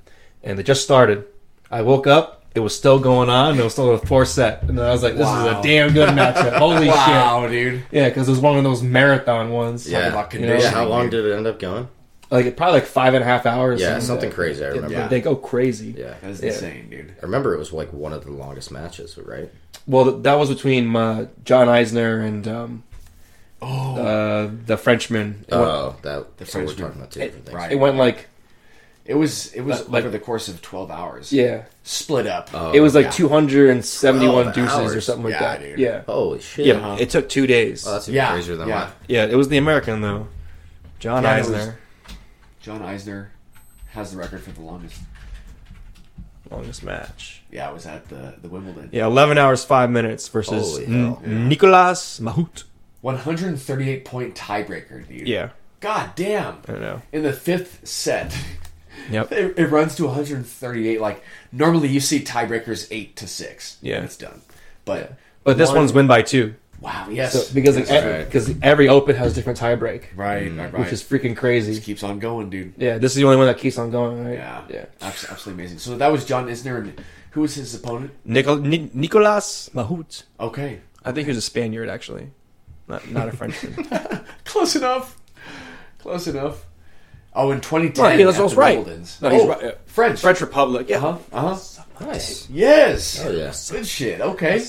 S6: and they just started. I woke up it was still going on. and It was still a four set, and then I was like, "This is
S2: Wow.
S6: a damn good matchup! Holy shit!"
S2: Wow, dude!
S6: Yeah, because it was one of those marathon ones.
S3: Yeah.
S2: about
S6: You know,
S2: conditioning,
S3: Yeah, how long
S2: dude.
S3: did it end up going?
S6: like it probably like five and a half hours.
S3: Yeah,
S6: And,
S3: something
S6: uh,
S3: crazy. I
S6: it-
S3: remember.
S2: yeah.
S6: They go crazy.
S3: Yeah.
S2: That is
S6: Yeah.
S2: insane, dude.
S3: I remember it was like one of the longest matches, right?
S6: Well, th- that was between uh, John Eisner and um,
S2: Oh,
S6: uh, the Frenchman. It, went,
S3: Oh, that. so we're
S2: Frenchman.
S3: talking about two different things.
S2: right.
S6: it went like
S2: It was it was
S6: But, like-
S2: over the course of twelve hours.
S6: yeah, Oh,
S2: split up.
S6: it was like
S2: yeah.
S6: 271
S3: 12
S6: deuces or
S3: Oh, hours.
S6: something like
S2: Yeah,
S6: that.
S2: dude.
S6: Yeah,
S3: Oh, Holy shit!
S6: yeah. It took two days.
S3: Oh, that's even
S2: yeah,
S3: crazier than
S2: yeah.
S3: mine.
S6: yeah, it was the American though, John
S2: Yeah, it was-
S6: Eisner,
S2: John Eisner has the record for the longest.
S6: longest match.
S2: Yeah, it was at the the Wimbledon.
S6: Yeah, 11 hours five minutes versus
S3: Holy
S6: N-
S3: hell.
S6: Nicolas Mahut.
S2: One hundred and thirty eight point tiebreaker, dude.
S6: Yeah,
S2: God damn.
S6: I know.
S2: In the fifth set.
S6: Yep.
S2: It, it runs to 138. Like normally, you see tiebreakers eight to six.
S6: Yeah.
S2: and it's done. But
S6: But this
S2: one-
S6: one's win by two
S2: wow. Yes,
S6: so, because like,
S2: Yes,
S6: every, because every open has a different tie break,
S2: right, right, right.
S6: which is freaking crazy.
S2: Just keeps on going, dude.
S6: Yeah, this is the only one that keeps on going, right?
S2: Yeah,
S6: Yeah.
S2: Abs- absolutely amazing. So that was John Isner, and who was his opponent?
S6: Nicol- Ni- Nicolas Mahut.
S2: Okay,
S6: I think he was a Spaniard, actually. Not, not a Frenchman.
S2: Close enough. Close enough. Oh, in 2010,
S6: No, he was
S2: after
S6: also right.
S2: Wimbledon's.
S6: No, he's
S2: oh,
S6: right, yeah.
S2: French.
S6: French Republic. Yeah.
S2: Uh-huh. Uh-huh.
S3: Nice.
S2: Yes.
S3: Oh, yeah.
S2: Good shit. Okay.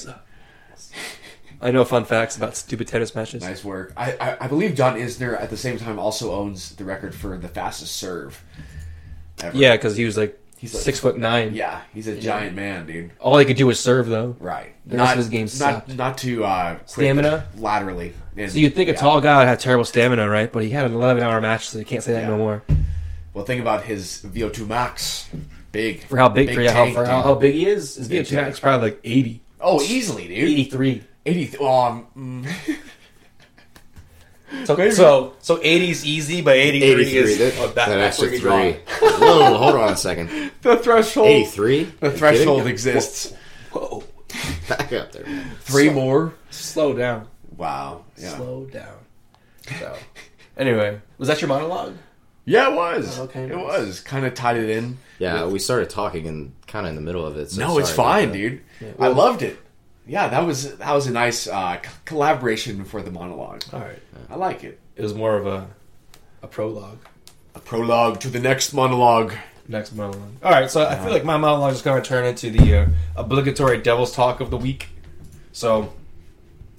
S6: I know fun facts about stupid tennis matches.
S2: Nice work. I, I, I believe John Isner at the same time also owns the record for the fastest serve. Ever.
S6: Yeah, because he was like
S2: like-
S6: six foot nine.
S2: Yeah, he's a giant man, dude.
S6: All he could do was serve though.
S2: Right.
S1: The rest of his game
S2: not,
S1: sucked.
S2: not too uh, quick
S6: Stamina?
S2: laterally. And-
S6: So you'd think a
S2: yeah.
S6: tall guy would have terrible stamina, right? But he had an 11 hour match, so you can't say that
S2: Yeah.
S6: no more.
S2: Well, think about his VO2 max. Big
S6: For how big, for how,
S2: tank,
S6: for how,
S2: dude.
S6: how big he is, his VO2
S2: tank.
S6: max is probably like 80,
S2: Oh, easily, dude.
S6: 83.
S2: 80. Oh, um, mm.
S6: So, so, so 80's easy, but 83,
S3: 83.
S6: is.
S3: That,
S2: oh, that-
S3: that
S2: that's
S3: extra
S2: where you
S3: three.
S2: draw it.
S3: Whoa, hold on a second.
S6: Oh,
S2: the threshold.
S3: 83?
S2: The threshold exists.
S6: Whoa,
S3: Back up there. man.
S2: Three more.
S6: slow down.
S2: Wow. Yeah.
S6: Slow down. So, anyway, was that your monologue?
S2: Yeah, it was.
S6: Oh, okay,
S2: it
S6: nice.
S2: was kind of tied it in.
S3: Yeah, we started talking and kind of in the middle of it. So
S2: No, it's
S3: sorry
S2: fine,
S3: about that.
S2: dude. I loved it. Yeah, that was that was a nice uh, c- collaboration for the monologue.
S6: All right.
S2: I like it.
S6: It was more of a, a prologue.
S2: A prologue to the next monologue.
S6: Next monologue. All right, so I feel like my monologue is going to turn into the uh, obligatory Devils talk of the week. So,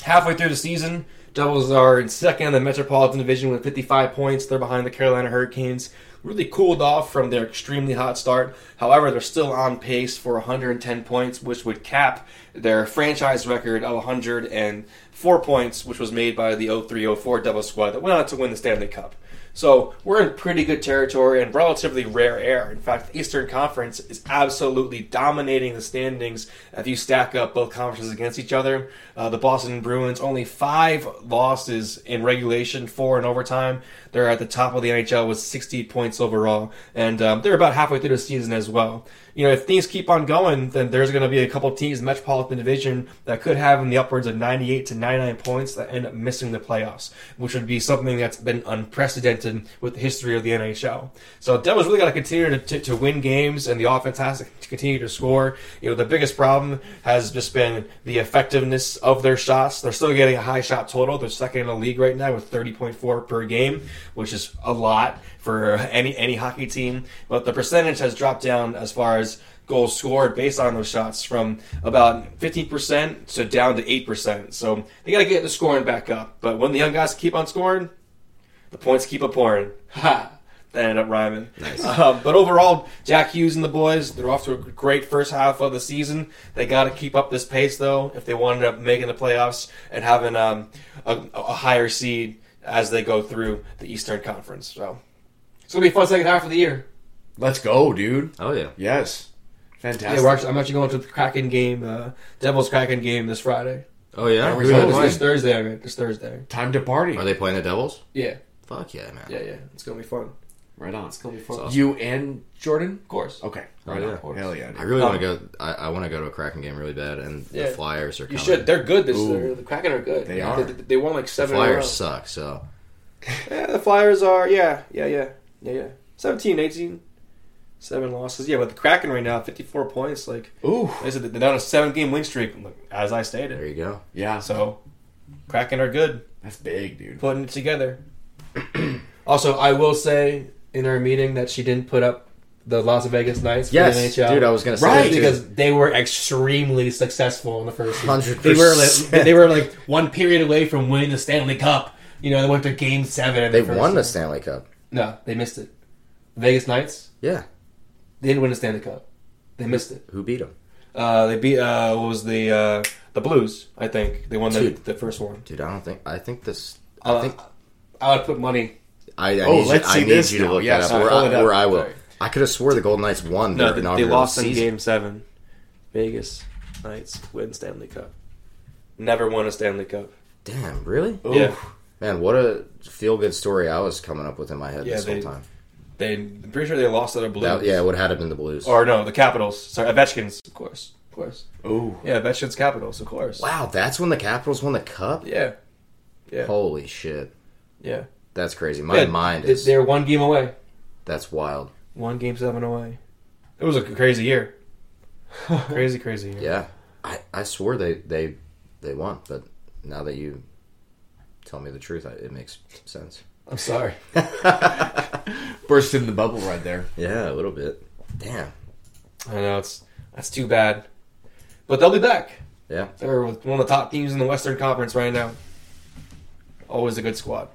S6: halfway through the season, Devils are in second in the Metropolitan Division with 55 points. They're behind the Carolina Hurricanes. Really cooled off from their extremely hot start. However, they're still on pace for 110 points, which would cap their franchise record of 104 points, which was made by the 0304 Devils squad that went on to win the Stanley Cup. So we're in pretty good territory and relatively rare air. In fact, the Eastern Conference is absolutely dominating the standings. If you stack up both conferences against each other, uh, the Boston Bruins only five losses in regulation, four in overtime. They're at the top of the NHL with 60 points overall, and um, they're about halfway through the season as well. You know, if things keep on going, then there's going to be a couple teams in the Metropolitan Division that could have in the upwards of 98 to 99 points that end up missing the playoffs, which would be something that's been unprecedented with the history of the NHL. So Devils really got to continue to, to, to win games, and the offense has to continue to score. You know, the biggest problem has just been the effectiveness of their shots. They're still getting a high shot total. They're second in the league right now with 30.4 per game, which is a lot for any any hockey team. But the percentage has dropped down as far as goals scored based on those shots from about 15% to down to 8%. So they got to get the scoring back up. But when the young guys keep on scoring, the points keep a pouring. Ha! That ended up rhyming. Uh, but overall, Jack Hughes and the boys, they're off to a great first half of the season. They got to keep up this pace, though, if they want to end up making the playoffs and having um, a, a higher seed as they go through the Eastern Conference. So it's going to be a fun second half of the year.
S2: Let's go, dude.
S3: Oh, yeah.
S2: Yes. Fantastic.
S6: Yeah, we're actually, I'm actually going to the Kraken game, uh, Devils Kraken game this Friday.
S3: Oh, yeah.
S2: There we
S3: Who
S2: go.
S3: are, they
S6: This, this
S3: playing?
S6: Thursday, I mean, this Thursday.
S2: Time to party.
S3: Are they playing the Devils?
S6: Yeah,
S3: Fuck yeah, man.
S6: yeah, yeah. It's gonna be fun.
S2: Right on.
S6: It's gonna be fun.
S2: You and Jordan?
S6: Of course.
S2: Okay.
S3: Oh,
S2: Right
S3: yeah.
S2: on. Hell yeah. dude.
S3: I really
S6: Um,
S3: want to go. I, I want to go to a Kraken game really bad, and
S6: Yeah.
S3: the Flyers are
S6: You
S3: coming.
S6: should. They're good this
S2: Ooh.
S6: year. The Kraken are good.
S2: They are.
S6: They, they won like
S3: the
S6: seven. in a row.
S3: Flyers suck, so
S6: Yeah, the Flyers are. Yeah, yeah, yeah, yeah, yeah. 17, 18, seven losses. Yeah, but the Kraken right now, 54 points. Like
S2: Ooh.
S6: they said, they're on a seven-game win streak. Like, as I
S3: there
S6: stated.
S3: you go.
S2: Yeah.
S6: So, Kraken are good.
S2: That's big, dude.
S6: Putting it together.
S1: Also, I will say in our meeting that she didn't put up the Las Vegas Nights for the NHL.
S3: dude. I was gonna say
S2: Right,
S3: that, too.
S1: because they were extremely successful in the first season.
S3: 100%.
S1: They were like, they were like one period away from winning the Stanley Cup. You know, they went to Game Seven. in the
S3: they
S1: first
S3: won the
S1: season.
S3: Stanley Cup.
S1: No, they missed it. Vegas Knights.
S3: Yeah,
S1: They didn't win the Stanley Cup. They missed it.
S3: who beat them?
S6: Uh, they beat. Uh, what was the uh, the Blues? I think they won the,
S3: Dude.
S6: the first one.
S3: Dude, I don't think. I think this.
S1: Uh,
S3: I think
S1: I would put money.
S3: I, I
S2: Oh,
S3: need,
S2: let's
S3: you, I
S2: see
S3: need
S2: this
S3: you to
S2: now.
S3: look
S2: Yeah,
S3: that
S2: so
S3: up, or
S2: pull it
S3: I,
S2: up.
S3: or I will.
S2: Sorry.
S3: I could have swore the Golden Knights won
S6: No,
S3: their
S6: they, they
S3: inaugural
S6: lost in
S3: season.
S6: Game Seven. Vegas Knights win Stanley Cup. Never won a Stanley Cup.
S3: Damn, really?
S2: Ooh.
S6: Yeah,
S3: Man, what a feel good story I was coming up with in my head
S6: Yeah,
S3: this
S6: they-
S3: whole time.
S6: they. I'm pretty sure they lost to the Blues.
S3: That, yeah, it would have had been the Blues.
S6: Or no, the Capitals. Sorry, Ovechkin's. Of course, of course.
S2: Ooh.
S6: Yeah, Ovechkin's Capitals. Of course.
S3: wow, that's when the Capitals won the Cup.
S6: Yeah, yeah.
S3: Holy shit,
S6: yeah.
S3: that's crazy. My
S6: Yeah,
S3: mind
S1: They-
S3: is
S1: They're one game away.
S3: that's wild.
S6: One game seven away. It was a crazy year. crazy, crazy year.
S3: Yeah, I, I swore they they they won, but now that you tell me the truth. I, it makes sense.
S1: I'm sorry.
S2: Burst in the bubble right there.
S3: Yeah, a little bit. Damn.
S6: I know it's that's too bad, but they'll be back.
S3: Yeah.
S6: They're one of the top teams in the Western Conference right now. Always a good squad.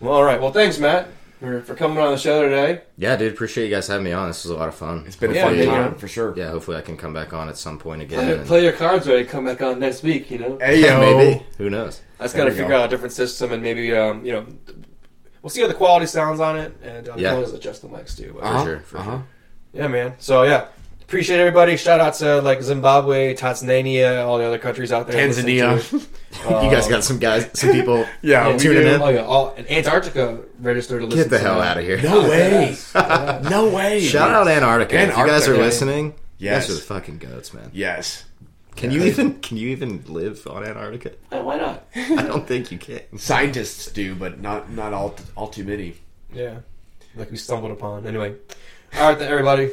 S6: Well, all right. Well, thanks, Matt, for, for coming on the show today.
S3: Yeah, dude. Appreciate you guys having me on. This was a lot of fun.
S2: It's been a
S6: Yeah,
S2: fun
S6: yeah,
S2: time
S6: yeah.
S2: for sure.
S3: Yeah, hopefully I can come back on at some point again.
S1: Play,
S3: and-
S1: Uh, play your cards ready. Come back on next week. You
S3: Eh.
S1: know.
S2: Hey yo,
S3: Maybe. Who knows?
S6: I just
S2: There
S6: got to
S2: we
S6: figure
S2: go.
S6: out a different system and maybe um, you know we'll see how the quality sounds on it and uh,
S3: Yeah.
S6: we'll adjust the mics too. But,
S3: Uh-huh. sure, for
S2: uh-huh.
S6: Yeah, man. So yeah, appreciate everybody. Shout out to like Zimbabwe, Tanzania, all the other countries out there. listening to it.
S2: Tanzania.
S3: you guys got some guys, some people.
S2: Yeah,
S3: we tuning in.
S1: Oh yeah.
S6: All, and Antarctica registered to listen.
S3: Get the
S6: to
S3: hell
S6: it.
S3: out of here.
S2: No way. no way.
S3: Shout out Antarctica. If you guys
S2: Antarctica.
S3: are listening,
S2: Yes.
S3: you guys are the fucking goats, man.
S2: Yes.
S3: Can you even can you even live on Antarctica?
S1: Hey, why not?
S3: I don't think you can.
S2: Scientists do, but not not all all too many.
S6: Yeah, like we stumbled upon. Anyway, all right, then, everybody.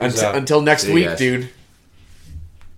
S2: Until,
S6: out.
S2: until next
S3: See you
S2: week,
S3: guys.
S2: dude.